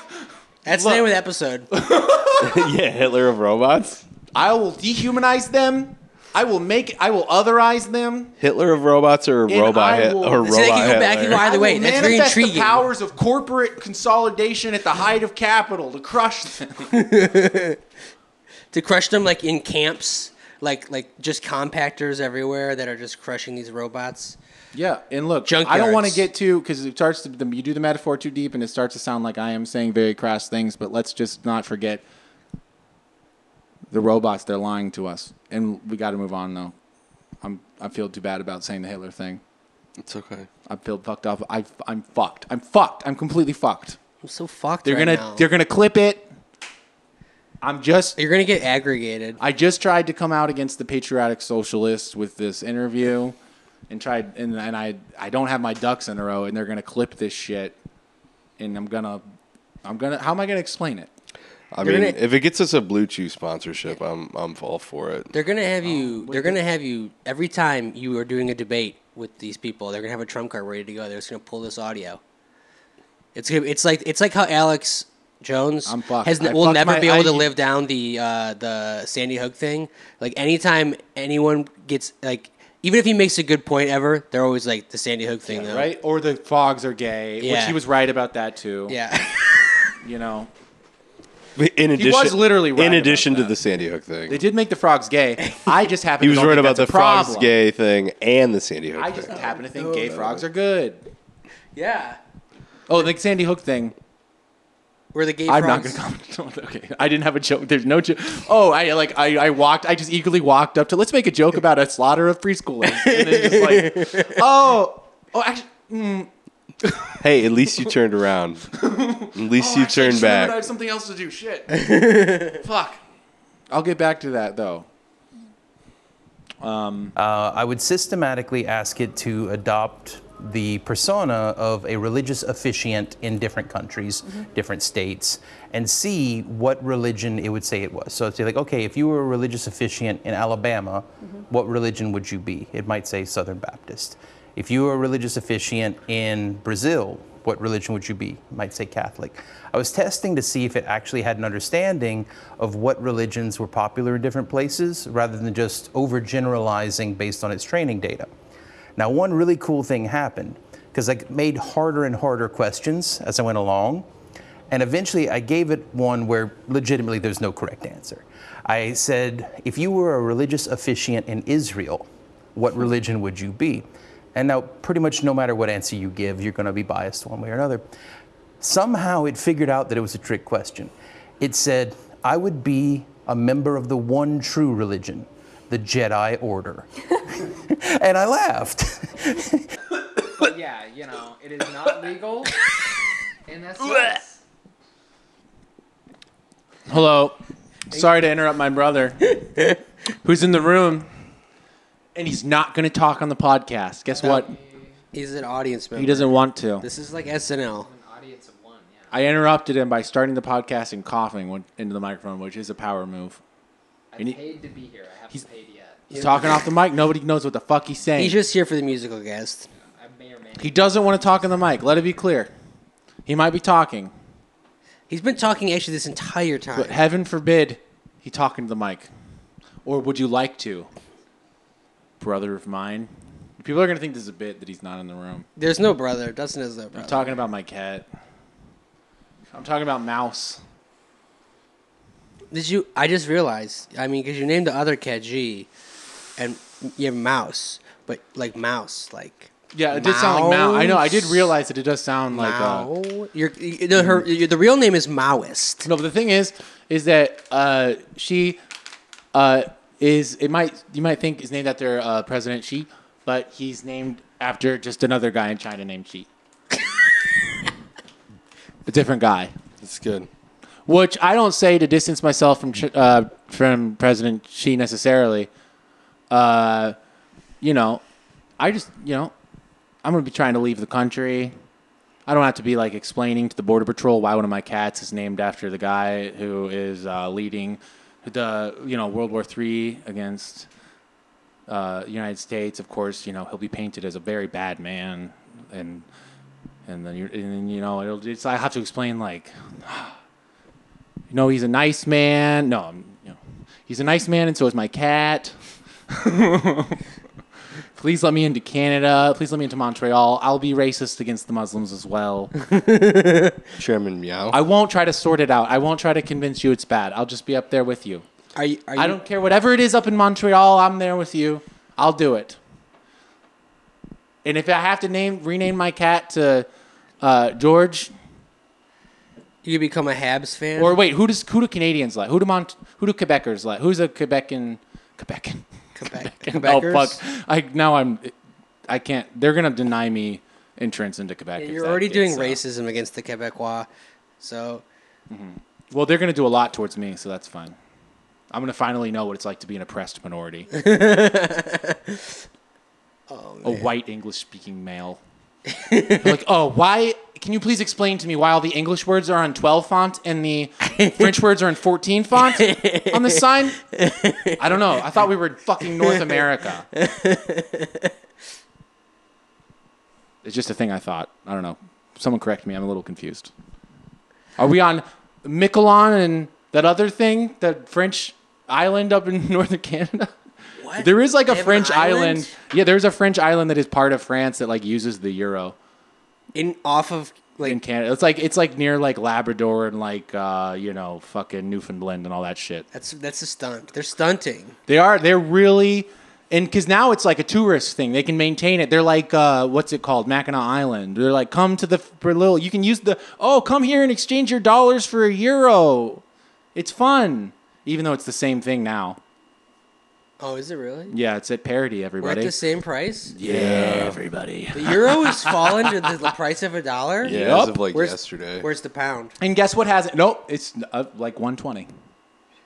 That's the name of the episode. yeah, Hitler of robots. I will dehumanize them. I will make. I will otherize them. Hitler of robots or robot I Hit- will- or robot So they can go back and Hitler. go Either I will way, that's very manifest the intriguing. powers of corporate consolidation at the height of capital to crush them. to crush them like in camps, like like just compactors everywhere that are just crushing these robots. Yeah, and look, Junkyards. I don't want to get too because it starts to the, you do the metaphor too deep, and it starts to sound like I am saying very crass things. But let's just not forget the robots; they're lying to us, and we got to move on though. I'm I feel too bad about saying the Hitler thing. It's okay. I feel fucked up. I I'm fucked. I'm fucked. I'm completely fucked. I'm so fucked. They're right gonna now. they're gonna clip it. I'm just You're gonna get aggregated. I just tried to come out against the patriotic socialists with this interview, and tried and, and I I don't have my ducks in a row, and they're gonna clip this shit, and I'm gonna I'm gonna how am I gonna explain it? I They're mean, gonna- if it gets us a Blue Chew sponsorship, I'm I'm all for it. They're gonna have you. Um, they're gonna have you every time you are doing a debate with these people. They're gonna have a trump card ready to go. They're just gonna pull this audio. It's gonna. It's like it's like how Alex Jones I'm fucked. has I will fucked never my- be able I- to live down the uh, the Sandy Hook thing. Like anytime anyone gets like. Even if he makes a good point ever, they're always like the Sandy Hook thing, though. Right? Or the fogs are gay, which Yeah. he was right about that too. Yeah. You know, In addition, was literally right in about addition to that. the Sandy Hook thing. they did make the frogs gay. I just happen. he to was don't right think about the that's a frogs problem. gay thing and the Sandy Hook I thing. just happen to think gay frogs are good. yeah. Oh, the Sandy Hook thing. Where the gay I'm frogs. not gonna comment. on it. Okay, I didn't have a joke. There's no joke. Oh, I like I, I walked. I just eagerly walked up to. Let's make a joke about a slaughter of preschoolers. And then just like, oh, oh, actually, Hey, at least you turned around. At least oh, you actually, I turned just remembered I back. had something else to do. Shit. Fuck. I'll get back to that though. uh, I would systematically ask it to adopt the persona of a religious officiant in different countries, different states, and see what religion it would say it was. So, say, like, okay, if you were a religious officiant in Alabama, what religion would you be? It might say Southern Baptist. If you were a religious officiant in Brazil, what religion would you be? It might say Catholic. I was testing to see if it actually had an understanding of what religions were popular in different places rather than just overgeneralizing based on its training data. Now, one really cool thing happened because I made harder and harder questions as I went along. And eventually, I gave it one where legitimately there's no correct answer. I said, if you were a religious officiant in Israel, what religion would you be? And now, pretty much no matter what answer you give, you're going to be biased one way or another. Somehow, it figured out that it was a trick question. It said, I would be a member of the one true religion, the Jedi Order. and I laughed. yeah, you know, it is not legal. and that's sucks. Hello. Sorry to interrupt my brother, who's in the room, and he's not gonna talk on the podcast. Guess what? He's an audience member. He doesn't want to. This is like SNL. an audience of one, yeah. I interrupted him by starting the podcast and coughing when- into the microphone, which is a power move. I And he- paid to be here. I haven't paid yet. He's talking off the mic. Nobody knows what the fuck he's saying. He's just here for the musical guest. I may or may he doesn't want to talk in the mic. Let it be clear. He might be talking, He's been talking actually this entire time. but heaven forbid he talking to the mic. Or would you like to, brother of mine? People are gonna think this is a bit that he's not in the room. There's no brother. Dustin has no I'm brother. talking about my cat. I'm talking about Mouse. Did you? I just realized. I mean, because you named the other cat G, and you have mouse, but like mouse, like Yeah, it did sound like Mao. I know. I did realize that it does sound like. Uh, Mao. Your you know, her you the real name is Maoist. no, but the thing is, is that uh, she uh, is. It might you might think is named after uh, President Xi, but he's named after just another guy in China named Xi. A different guy. It's good. which I don't say to distance myself from Ch- uh, from President Xi necessarily. Uh, you know, I just you know, I'm gonna be trying to leave the country. I don't have to be like explaining to the border patrol why one of my cats is named after the guy who is uh, leading the you know World War III against uh, the United States. Of course, you know he'll be painted as a very bad man, and and then you and then, you know it'll it's, I have to explain like you know, he's a nice man. No, I'm, you know, he's a nice man, and so is my cat. Please let me into Canada. Please let me into Montreal. I'll be racist against the Muslims as well. Chairman Meow. I won't try to sort it out. I won't try to convince you it's bad. I'll just be up there with you. Are you? Are you I don't care whatever it is up in Montreal. I'm there with you. I'll do it. And if I have to name rename my cat to uh, George, You become a Habs fan? or wait, who does who do Canadians like? Who do Mont? Who do Quebecers like? Who's a Quebecan? Quebecan. Quebec, Oh Quebecers? fuck! I now I'm, I can't. They're gonna deny me entrance into Quebec. if You're that already doing gets, uh, racism against the Quebecois, so Well, they're gonna do a lot towards me, so that's fine. I'm gonna finally know what it's like to be an oppressed minority. Oh, a white English-speaking male. They're like, oh, why? Can you please explain to me why all the English words are on 12 font and the French words are in 14 font on the sign? I don't know. I thought we were in fucking North America. It's just a thing I thought. I don't know. Someone correct me. I'm a little confused. Are we on Miquelon and that other thing, that French island up in northern Canada? What? There is like They a have an French island? island? Yeah, there's a French island that is part of France that like uses the euro in off of like in Canada. It's like it's like near like Labrador and like uh, you know fucking Newfoundland and all that shit. that's that's a stunt. They're stunting. They are. They're really, and because now it's like a tourist thing. They can maintain it. They're like, uh, what's it called, Mackinac Island. They're like, come to the for little. You can use the oh, come here and exchange your dollars for a euro. It's fun, even though it's the same thing now. Oh, is it really? Yeah, it's at parity, We're everybody. at the same price. yeah, everybody. The euro has fallen to the, the price of a dollar. yeah, Yup. as of like Where's- yesterday. Where's the pound? And guess what hasn't? Nope, it's uh, like one twenty.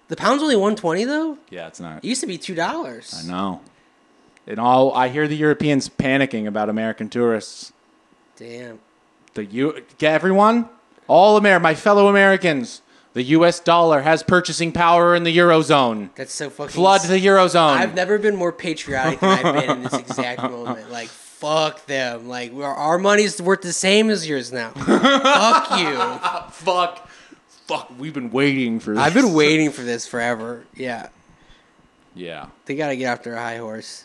The pound's only one twenty though. Yeah, it's not. It used to be two dollars. I know. And all I hear the Europeans panicking about American tourists. Damn. The U, everyone, all Amer, my fellow Americans, the U.S. dollar has purchasing power in the eurozone. That's so fucking. Flood the eurozone. I've never been more patriotic than I've been in this exact moment. Like, fuck them. Like, our, our money's worth the same as yours now. fuck you. fuck, fuck. We've been waiting for. This. I've been waiting for this forever. Yeah. Yeah. They gotta get off their high horse.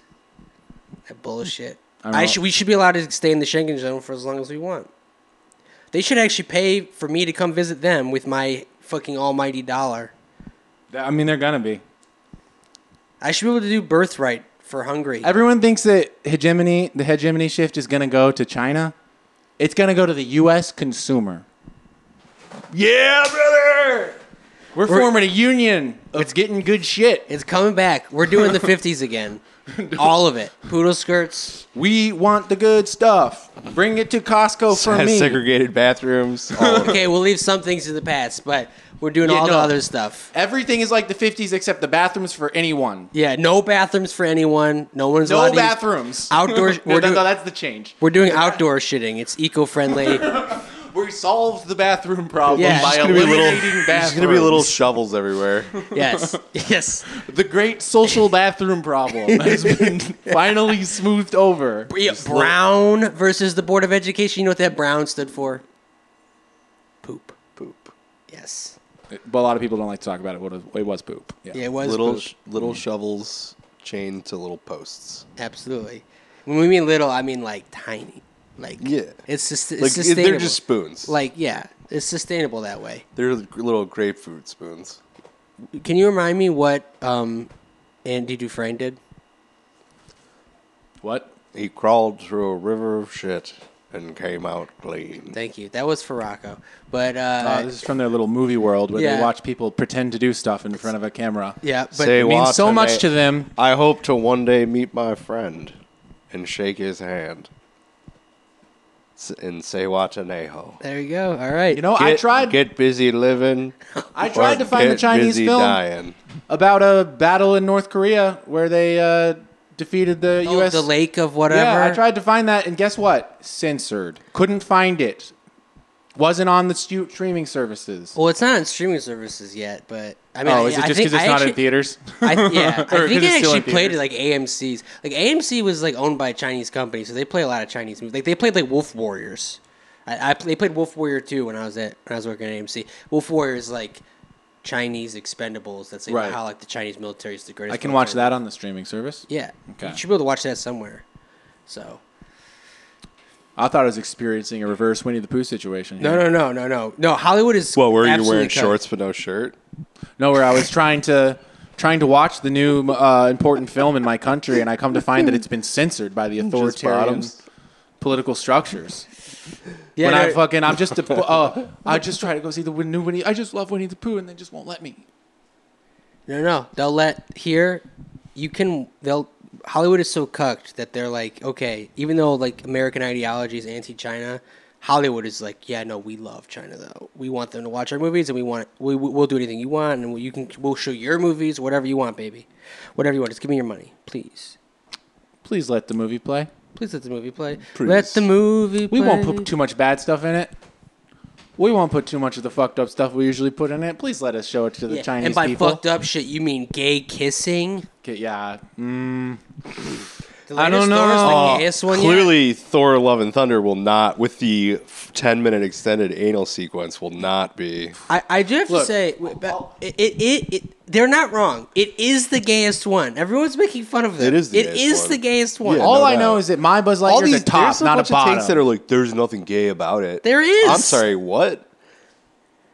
That bullshit. I don't I know. should. We should be allowed to stay in the Schengen zone for as long as we want. They should actually pay for me to come visit them with my fucking almighty dollar. I mean, they're gonna be. I should be able to do birthright for Hungary. Everyone thinks that hegemony, the hegemony shift, is gonna go to China. It's gonna go to the U.S. consumer. Yeah, brother. We're, forming a union. It's getting good shit. It's coming back. We're doing the fifties again. All of it. Poodle skirts. We want the good stuff. Bring it to Costco for Has me. segregated bathrooms. all of it. Okay, we'll leave some things in the past, but we're doing Yeah, all the no. other stuff. Everything is like the 50s except the bathrooms for anyone. Yeah, no bathrooms for anyone. No one's allowed to No use- bathrooms. Outdoor- no, we're no, doing- no, that's the change. We're doing outdoor shitting. It's eco-friendly. We solved the bathroom problem Yeah. by It's gonna be little- eliminating There's bathrooms. gonna be little shovels everywhere. yes, yes. The great social bathroom problem has been finally smoothed over. Yeah, Brown versus the Board of Education. You know what that Brown stood for? Poop. Poop. Yes. But a lot of people don't like to talk about it. What it was poop. Yeah, it was Little poop. sh- little shovels chained to little posts. Absolutely. When we mean little, I mean like tiny. Like Yeah. it's, sus- it's Like it- sustainable. they're just spoons. like yeah, it's sustainable that way. they're little grapefruit spoons. Can you remind me what um, Andy Dufresne did? What? He crawled through a river of shit and came out clean. Thank you. That was for Rocco. But uh, Uh, this is from their little movie world where Yeah. they watch people pretend to do stuff in front of a camera. yeah, but Say It means what so much today? to them. I hope to one day meet my friend and shake his hand S- and say Wataneho. there you go. All right. You know, I tried. Get busy living. I tried or to find the get Chinese busy film Dying. about a battle in North Korea where they uh, defeated the Oh, U.S. the lake of whatever. Yeah, I tried to find that, and guess what? Censored. Couldn't find it. Wasn't on the stu- streaming services. Well, it's not on streaming services yet, but I mean, oh, is I, it just I think because it's I not actually, in theaters? I, yeah, I Or 'cause think it's it still in actually played at theaters? like AMC's. Like AMC was like owned by a Chinese company, so they play a lot of Chinese movies. Like they played like Wolf Warriors. I, I pl- they played Wolf Warrior two when I was at when I was working at AMC. Wolf Warrior is like Chinese Expendables. That's like Right. how like the Chinese military is the greatest. I can watch military. that on the streaming service. Yeah. Okay. You should be able to watch that somewhere. So. I thought I was experiencing a reverse Winnie the Pooh situation. No, here. no, no, no, no, no. Hollywood is. What were you absolutely wearing cut. shorts but no shirt? no, where I was trying to trying to watch the new uh, important film in my country, and I come to find that it's been censored by the authoritarian bottoms. political structures. Yeah, when no, I fucking, I'm just, a, oh, I just try to go see the new Winnie. I just love Winnie the Pooh, and they just won't let me. no, no. They'll let here. You can. They'll. Hollywood is so cucked that they're like, okay, even though like American ideology is anti-China, Hollywood is like, yeah, no, we love China though. We want them to watch our movies, and we want we we- we'll do anything you want, and we, you can we'll show your movies, whatever you want, baby, whatever you want. Just give me your money, please. Please let the movie play. Please let the movie play. Let Please. the movie. We play. won't put too much bad stuff in it. We won't put too much of the fucked up stuff we usually put in it. Please let us show it to the Yeah, Chinese and by people. fucked up shit, you mean gay kissing? Okay, yeah. Mm. The I latest don't Thor is know. The gayest one yet? Oh, Clearly, Thor: Love and Thunder will not, with the ten-minute extended anal sequence, will not be. I, I do have to Look. say, w- but it, it, it, it, they're not wrong. It is the gayest one. Everyone's making fun of them. It is the It gayest is one. the gayest one. Yeah, All no I doubt. know is that my Buzz Lightyear's a top, there's not a bunch of takes that bottom. are like, "There's nothing gay about it." There is. I'm sorry, what?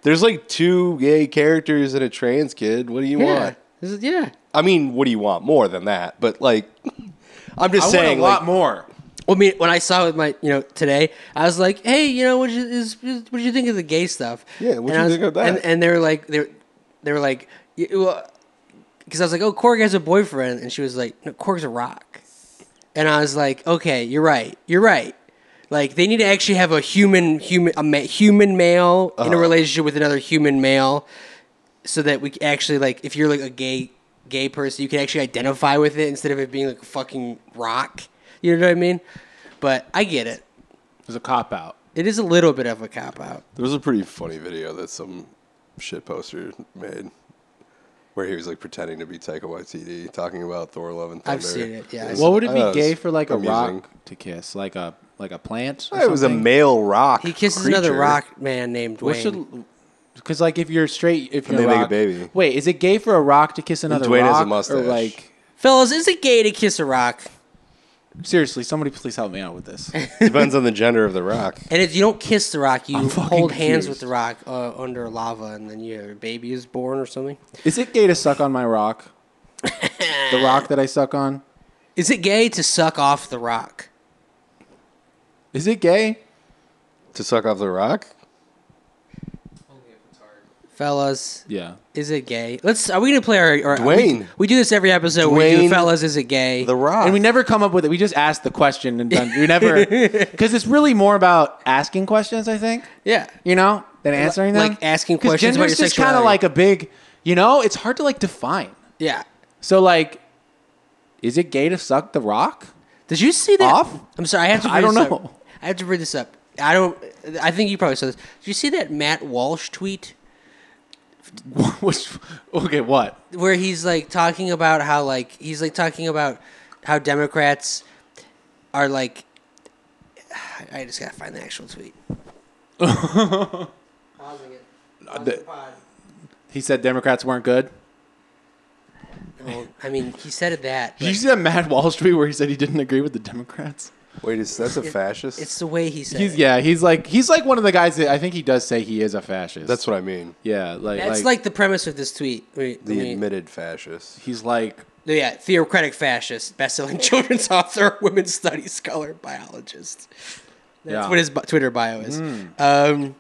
There's like two gay characters and a trans kid. What do you yeah. want? This is- yeah. I mean, what do you want more than that? But like, I'm I just saying, want a lot like, more. Well, I mean, when I saw it, my you know today, I was like, "Hey, you know, what you, is, is- what did you think of the gay stuff?" Yeah, And what'd I you was- think of that? And, and they were like, they were, they were like, because I was like, "Oh, Korg has a boyfriend," and she was like, "No, Korg's a rock," and I was like, "Okay, you're right, you're right." Like they need to actually have a human human a ma- human male Uh-huh. in a relationship with another human male, so that we c- actually like if you're like a gay gay person, you can actually identify with it instead of it being like a fucking rock. You know what I mean? But I get it. There's a cop out. It is a little bit of a cop out. there was a pretty funny video that some shit poster made. Where he was like pretending to be Taika Waititi, talking about Thor: Love and Thunder. I've seen it, yeah. was- What would it I be thought gay was for like amusing. a rock to kiss? Like a like a plant? Or It was a something? male rock. He kisses another creature. rock man named What Dwayne. should? Because like if you're straight, if And you're they a make a rock- baby. Wait, is it gay for a rock to kiss another Dwayne has a rock? Or mustache. like Fellas, is it gay to kiss a rock? seriously, somebody please help me out with this. Depends on the gender of the rock. And if you don't kiss the rock, you I'm fucking hold hands confused. with the rock uh, under lava, and then your baby is born or something. Is it gay to suck on my rock? the rock that I suck on? Is it gay to suck off the rock? Is it gay? To suck off the rock? Fellas, Yeah. Is it gay? Let's. Are we gonna play our, our Dwayne. We, we do this every episode. where we do Dwayne fellas. Is it gay? The rock. And we never come up with it. We just ask the question and done. We never, because it's really more about asking questions, I think, yeah. you know, than answering them. like asking 'Cause questions about gender's your just kind of sexuality. like a big, you know, it's hard to like define. Yeah. So like, is it gay to suck the rock? Did you see that? Off? I'm sorry. I have to. Bring I don't this up. know. I have to bring this up. I don't. I think you probably saw this. Did you see that Matt Walsh tweet Which, okay, what? where he's like talking about how like he's like talking about how Democrats are like. I just gotta find the actual tweet. Uh, Pausing it. Pausing the- the pod. He said Democrats weren't good. Well, I mean, he said it that. Did you but- see that Mad Wall Street where he said he didn't agree with the Democrats? Wait, is that's a fascist? It's the way he said He's it. yeah, he's like he's like one of the guys that I think he does say he is a fascist. that's what I mean. yeah, like That's like, like, the premise of this tweet. Wait, The let me- admitted fascist. he's like No, yeah, theocratic fascist, best-selling children's author, women's studies scholar, biologist. That's Yeah. what his bi- Twitter bio is. Um,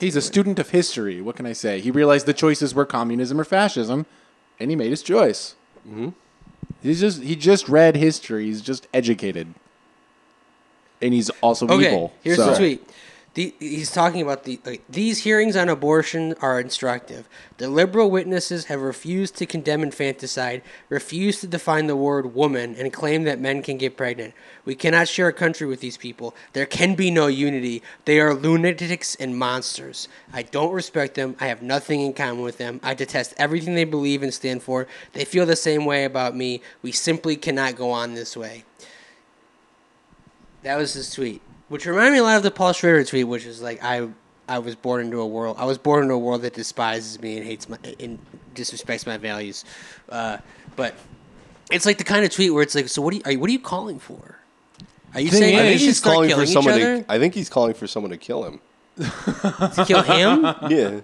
he's a student of history. What can I say? He realized the choices were communism or fascism, and he made his choice. Mm-hmm. He's just he just read history. He's just educated, and he's also okay, evil. here's so. the tweet. The, he's talking about the like, these hearings on abortion are instructive. The liberal witnesses have refused to condemn infanticide, refused to define the word woman, and claim that men can get pregnant. We cannot share a country with these people. There can be no unity. They are lunatics and monsters. I don't respect them. I have nothing in common with them. I detest everything they believe and stand for. They feel the same way about me. We simply cannot go on this way. That was his tweet, which reminded me a lot of the Paul Schrader tweet, which is like I I was born into a world I was born into a world that despises me and hates my and disrespects my values, uh, but it's like the kind of tweet where it's like, so what do you, are you, what are you calling for? Are you saying I we think should he's start calling for killing each someone. other To, I think he's calling for someone to kill him. to kill him? Yeah.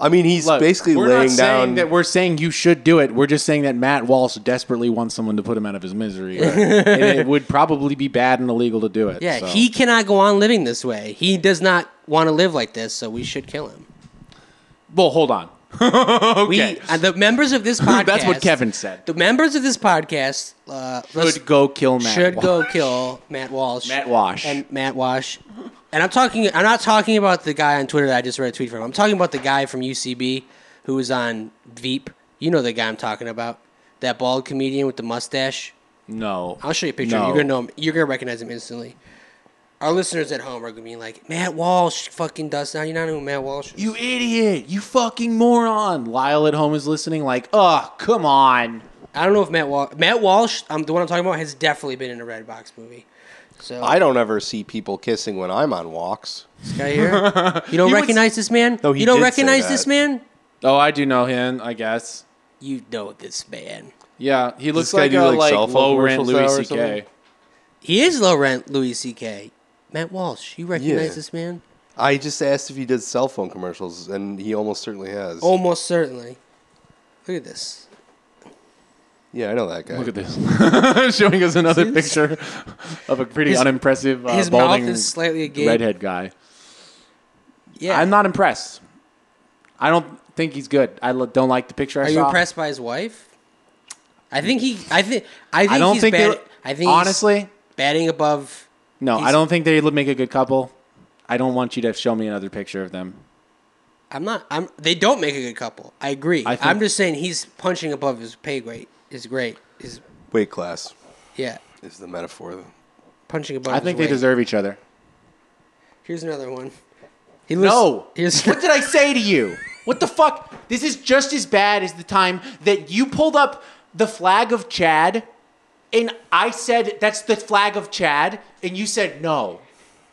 I mean, he's Look, basically we're laying not down. saying that we're saying you should do it. We're just saying that Matt Walsh desperately wants someone to put him out of his misery, and it would probably be bad and illegal to do it. Yeah, so. he cannot go on living this way. He does not want to live like this, so we should kill him. Well, hold on. We uh, the members of this podcast. That's what Kevin said. The members of this podcast uh, let's- Should go kill Matt. should Walsh. go kill Matt Walsh. Matt Walsh. And Matt Walsh. And I'm talking I'm not talking about the guy on Twitter that I just read a tweet from. I'm talking about the guy from UCB who was on Veep. You know the guy I'm talking about. That bald comedian with the mustache. No, I'll show you a picture. No. You're gonna know him. You're gonna recognize him instantly. Our listeners at home are gonna be like, Matt Walsh fucking does now. You not know who Matt Walsh is. You idiot! You fucking moron! Lyle at home is listening, like, oh, come on. I don't know if Matt Walsh Matt Walsh, um, the one I'm talking about, has definitely been in a Red Box movie. So I don't ever see people kissing when I'm on walks. this guy here. You don't recognize this man? No, he you don't did say recognize this that. man? Oh, I do know him, I guess. you know this man. Yeah, he looks this guy like do, a like, like, cell phone low rent commercials now or Louis C.K. something? He is low rent Louis C.K. Matt Walsh, you recognize Yeah. this man? I just asked if he did cell phone commercials, and he almost certainly has. Almost certainly. Look at this. yeah, I know that guy. Look at this, showing us another picture of a pretty His- unimpressive uh, his balding mouth is slightly agape. redhead guy. Yeah. I'm not impressed. I don't think he's good. I lo- don't like the picture I Are saw. you impressed by his wife? I think he. I think. I think I don't he's think. bat- they- I think he's honestly, batting above. no. I he's- don't think they would make a good couple. I don't want you to show me another picture of them. I'm not. I'm. They don't make a good couple. I agree. I think- I'm just saying he's punching above his pay grade. Is great. Is Weight class yeah. is the metaphor. Punching above. I his think they weight. deserve each other. Here's another one. He No. Here's What did I say to you? What the fuck? This is just as bad as the time that you pulled up the flag of Chad and I said that's the flag of Chad and you said no.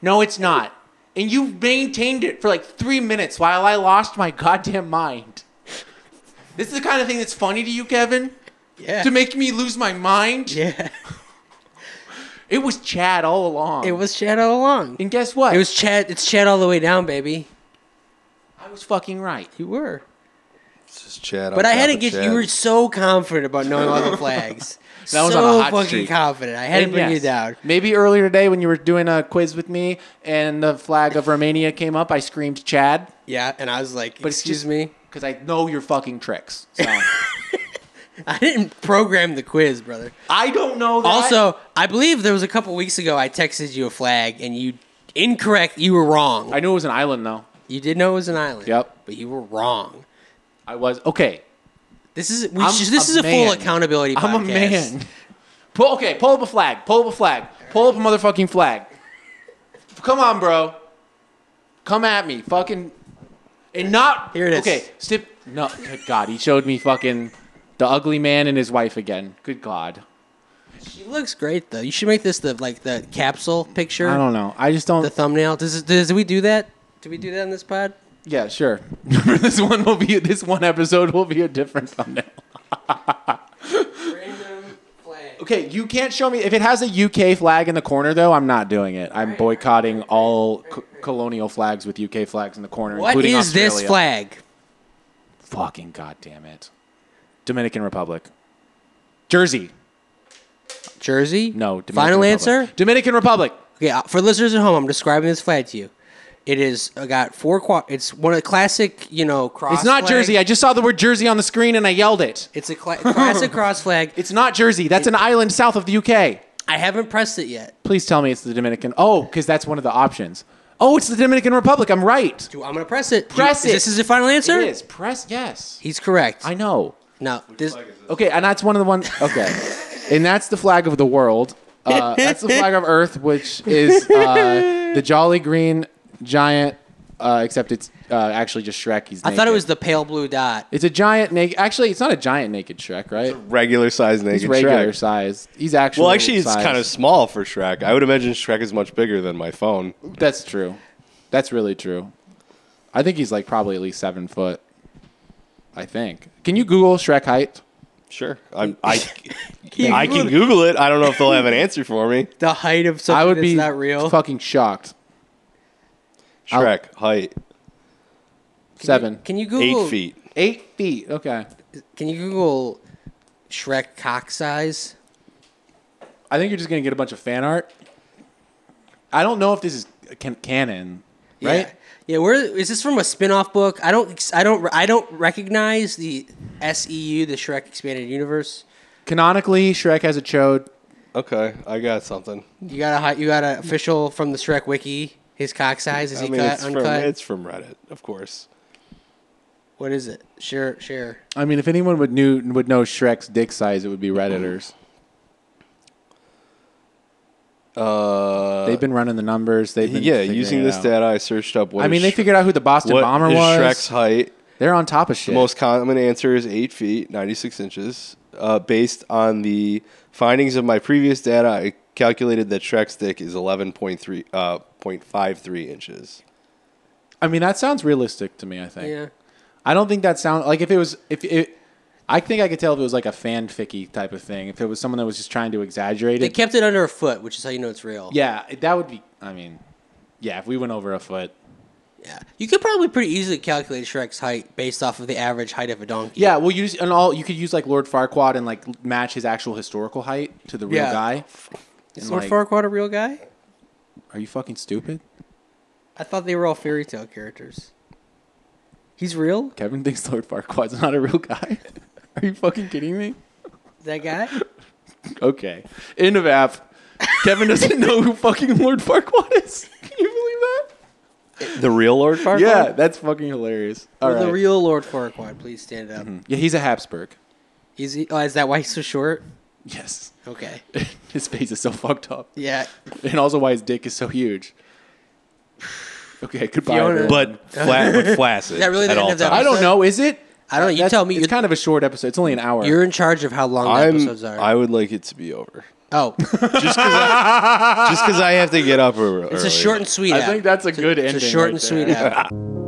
No, it's not. And you maintained it for like 3 minutes while I lost my goddamn mind. This is the kind of thing that's funny to you, Kevin? yeah. To make me lose my mind? yeah. It was Chad all along. It was Chad all along. And guess what? It was Chad. It's Chad all the way down, baby. I was fucking right. You were. It's just Chad. on But I had top to of get Chad. you were so confident about knowing all the flags. That was so on a hot fucking streak. confident. I had to And bring you yes, down. Maybe earlier today when you were doing a quiz with me and the flag of Romania came up, I screamed Chad Yeah, and I was like, it's excuse just- me. because I know your fucking tricks. So I didn't program the quiz, brother. I don't know that. Also, I believe there was a couple weeks ago I texted you a flag and you incorrect. You were wrong. I knew it was an island though. you did know it was an island. Yep. But you were wrong. I was okay. This is we I'm should, this a is a full man. accountability podcast. I'm a man. Pull, okay, pull up a flag. Pull up a flag. Pull up a motherfucking flag. Come on, bro. Come at me, fucking, and not Here it is. Okay, stip. No, good God, he showed me fucking the ugly man and his wife again. Good God. She looks great though. You should make this the like the capsule picture. I don't know. I just don't. the thumbnail. Does, does we do that? Do we do that in this pod? yeah, sure. this one will be this one episode will be a different thumbnail. Random flag. Okay, you can't show me if it has a UK flag in the corner though. I'm not doing it. I'm boycotting all co- colonial flags with UK flags in the corner. What including is this Australia. flag? Fucking goddamn it! Dominican Republic, Jersey. Jersey? No, Dominican Final Republic. answer? Dominican Republic. Okay, uh, for listeners at home, I'm describing this flag to you. It is I got four qua It's one of the classic, you know, cross. It's not flag. Jersey. I just saw the word Jersey on the screen and I yelled it. It's a cla classic cross flag. It's not Jersey. That's an island south of the UK. I haven't pressed it yet. Please tell me it's the Dominican. Oh, because that's one of the options. Oh, it's the Dominican Republic. I'm right. Do- I'm gonna press it. Do- Press is it. This is the final answer. It is. Press yes. He's correct. I know. no, this, Okay, and that's one of the ones. Okay, and that's the flag of the world. Uh, that's the flag of Earth, which is uh, the jolly green giant. Uh, except it's uh, actually just Shrek. He's. I thought it naked. was the pale blue dot. It's a giant naked. Actually, it's not a giant naked Shrek, right? Regular size naked It's regular Shrek. size. He's actually. Well, actually, it's size. kind of small for Shrek. I would imagine Shrek is much bigger than my phone. That's true. That's really true. I think he's like probably at least seven foot. I think. Can you Google Shrek height? Sure, I'm, I I can Google it. I don't know if they'll have an answer for me. The height of something I would that's be not real. fucking shocked. I'll- Shrek height Seven, Can you Google? eight feet. eight feet. Okay. Can you Google Shrek cock size? I think you're just gonna get a bunch of fan art. I don't know if this is can- canon, right? Yeah. Yeah, where is this from a spin-off book? I don't I don't I don't recognize the SEU, the Shrek Expanded Universe. Canonically, Shrek has a chode. Okay, I got something. You got a hot- you got an official from the Shrek wiki. His cock size is I he mean, cut it's from, uncut? it's from Reddit, of course. what is it? Share share. I mean, if anyone would knew would know Shrek's dick size, it would be Redditors. Uh, They've been running the numbers. They've been yeah, figuring using it this out. data, I searched up what. I is mean, they Sh- figured out who the Boston what bomber is was. Shrek's height. They're on top of shit. The most common answer is eight feet, ninety-six inches. Uh, based on the findings of my previous data, I calculated that Shrek's dick is eleven point three, uh, point five three inches. I mean, that sounds realistic to me. I think. Yeah. I don't think that sound like if it was if it. I think I could tell if it was like a fanficky type of thing. If it was someone that was just trying to exaggerate They it. kept it under a foot, which is how you know it's real. yeah, that would be. I mean, yeah, if we went over a foot. Yeah. You could probably pretty easily calculate Shrek's height based off of the average height of a donkey. Yeah, well, use and all you could use like Lord Farquaad and like match his actual historical height to the real Yeah. guy. Is And, Lord like, Farquaad a real guy? Are you fucking stupid? I thought they were all fairy tale characters. He's real? Kevin thinks Lord Farquaad's not a real guy. Are you fucking kidding me? That guy? Okay. End of app. Kevin doesn't know who fucking Lord Farquaad is. Can you believe The real Lord Farquaad. that? Yeah, that's fucking hilarious. All Will right. Mm-hmm. the real Lord Farquaad please stand up? yeah, he's a Habsburg. Is he? Oh, is that why he's so short? Yes. Okay. his face is so fucked up. Yeah. And also why his dick is so huge. Okay, goodbye. Fiona- everyone. but flat, but flaccid. That really at didn't all have that times. I don't know, is it? I don't know, you That's- tell me. It's You're- kind of a short episode. It's only an hour. You're in charge of how long the episodes I'm. are. I would like it to be over. oh, Just because I, just 'cause I have to get up early. it's a short and sweet. I app. think that's a It's good it's ending a short right and sweet there. app.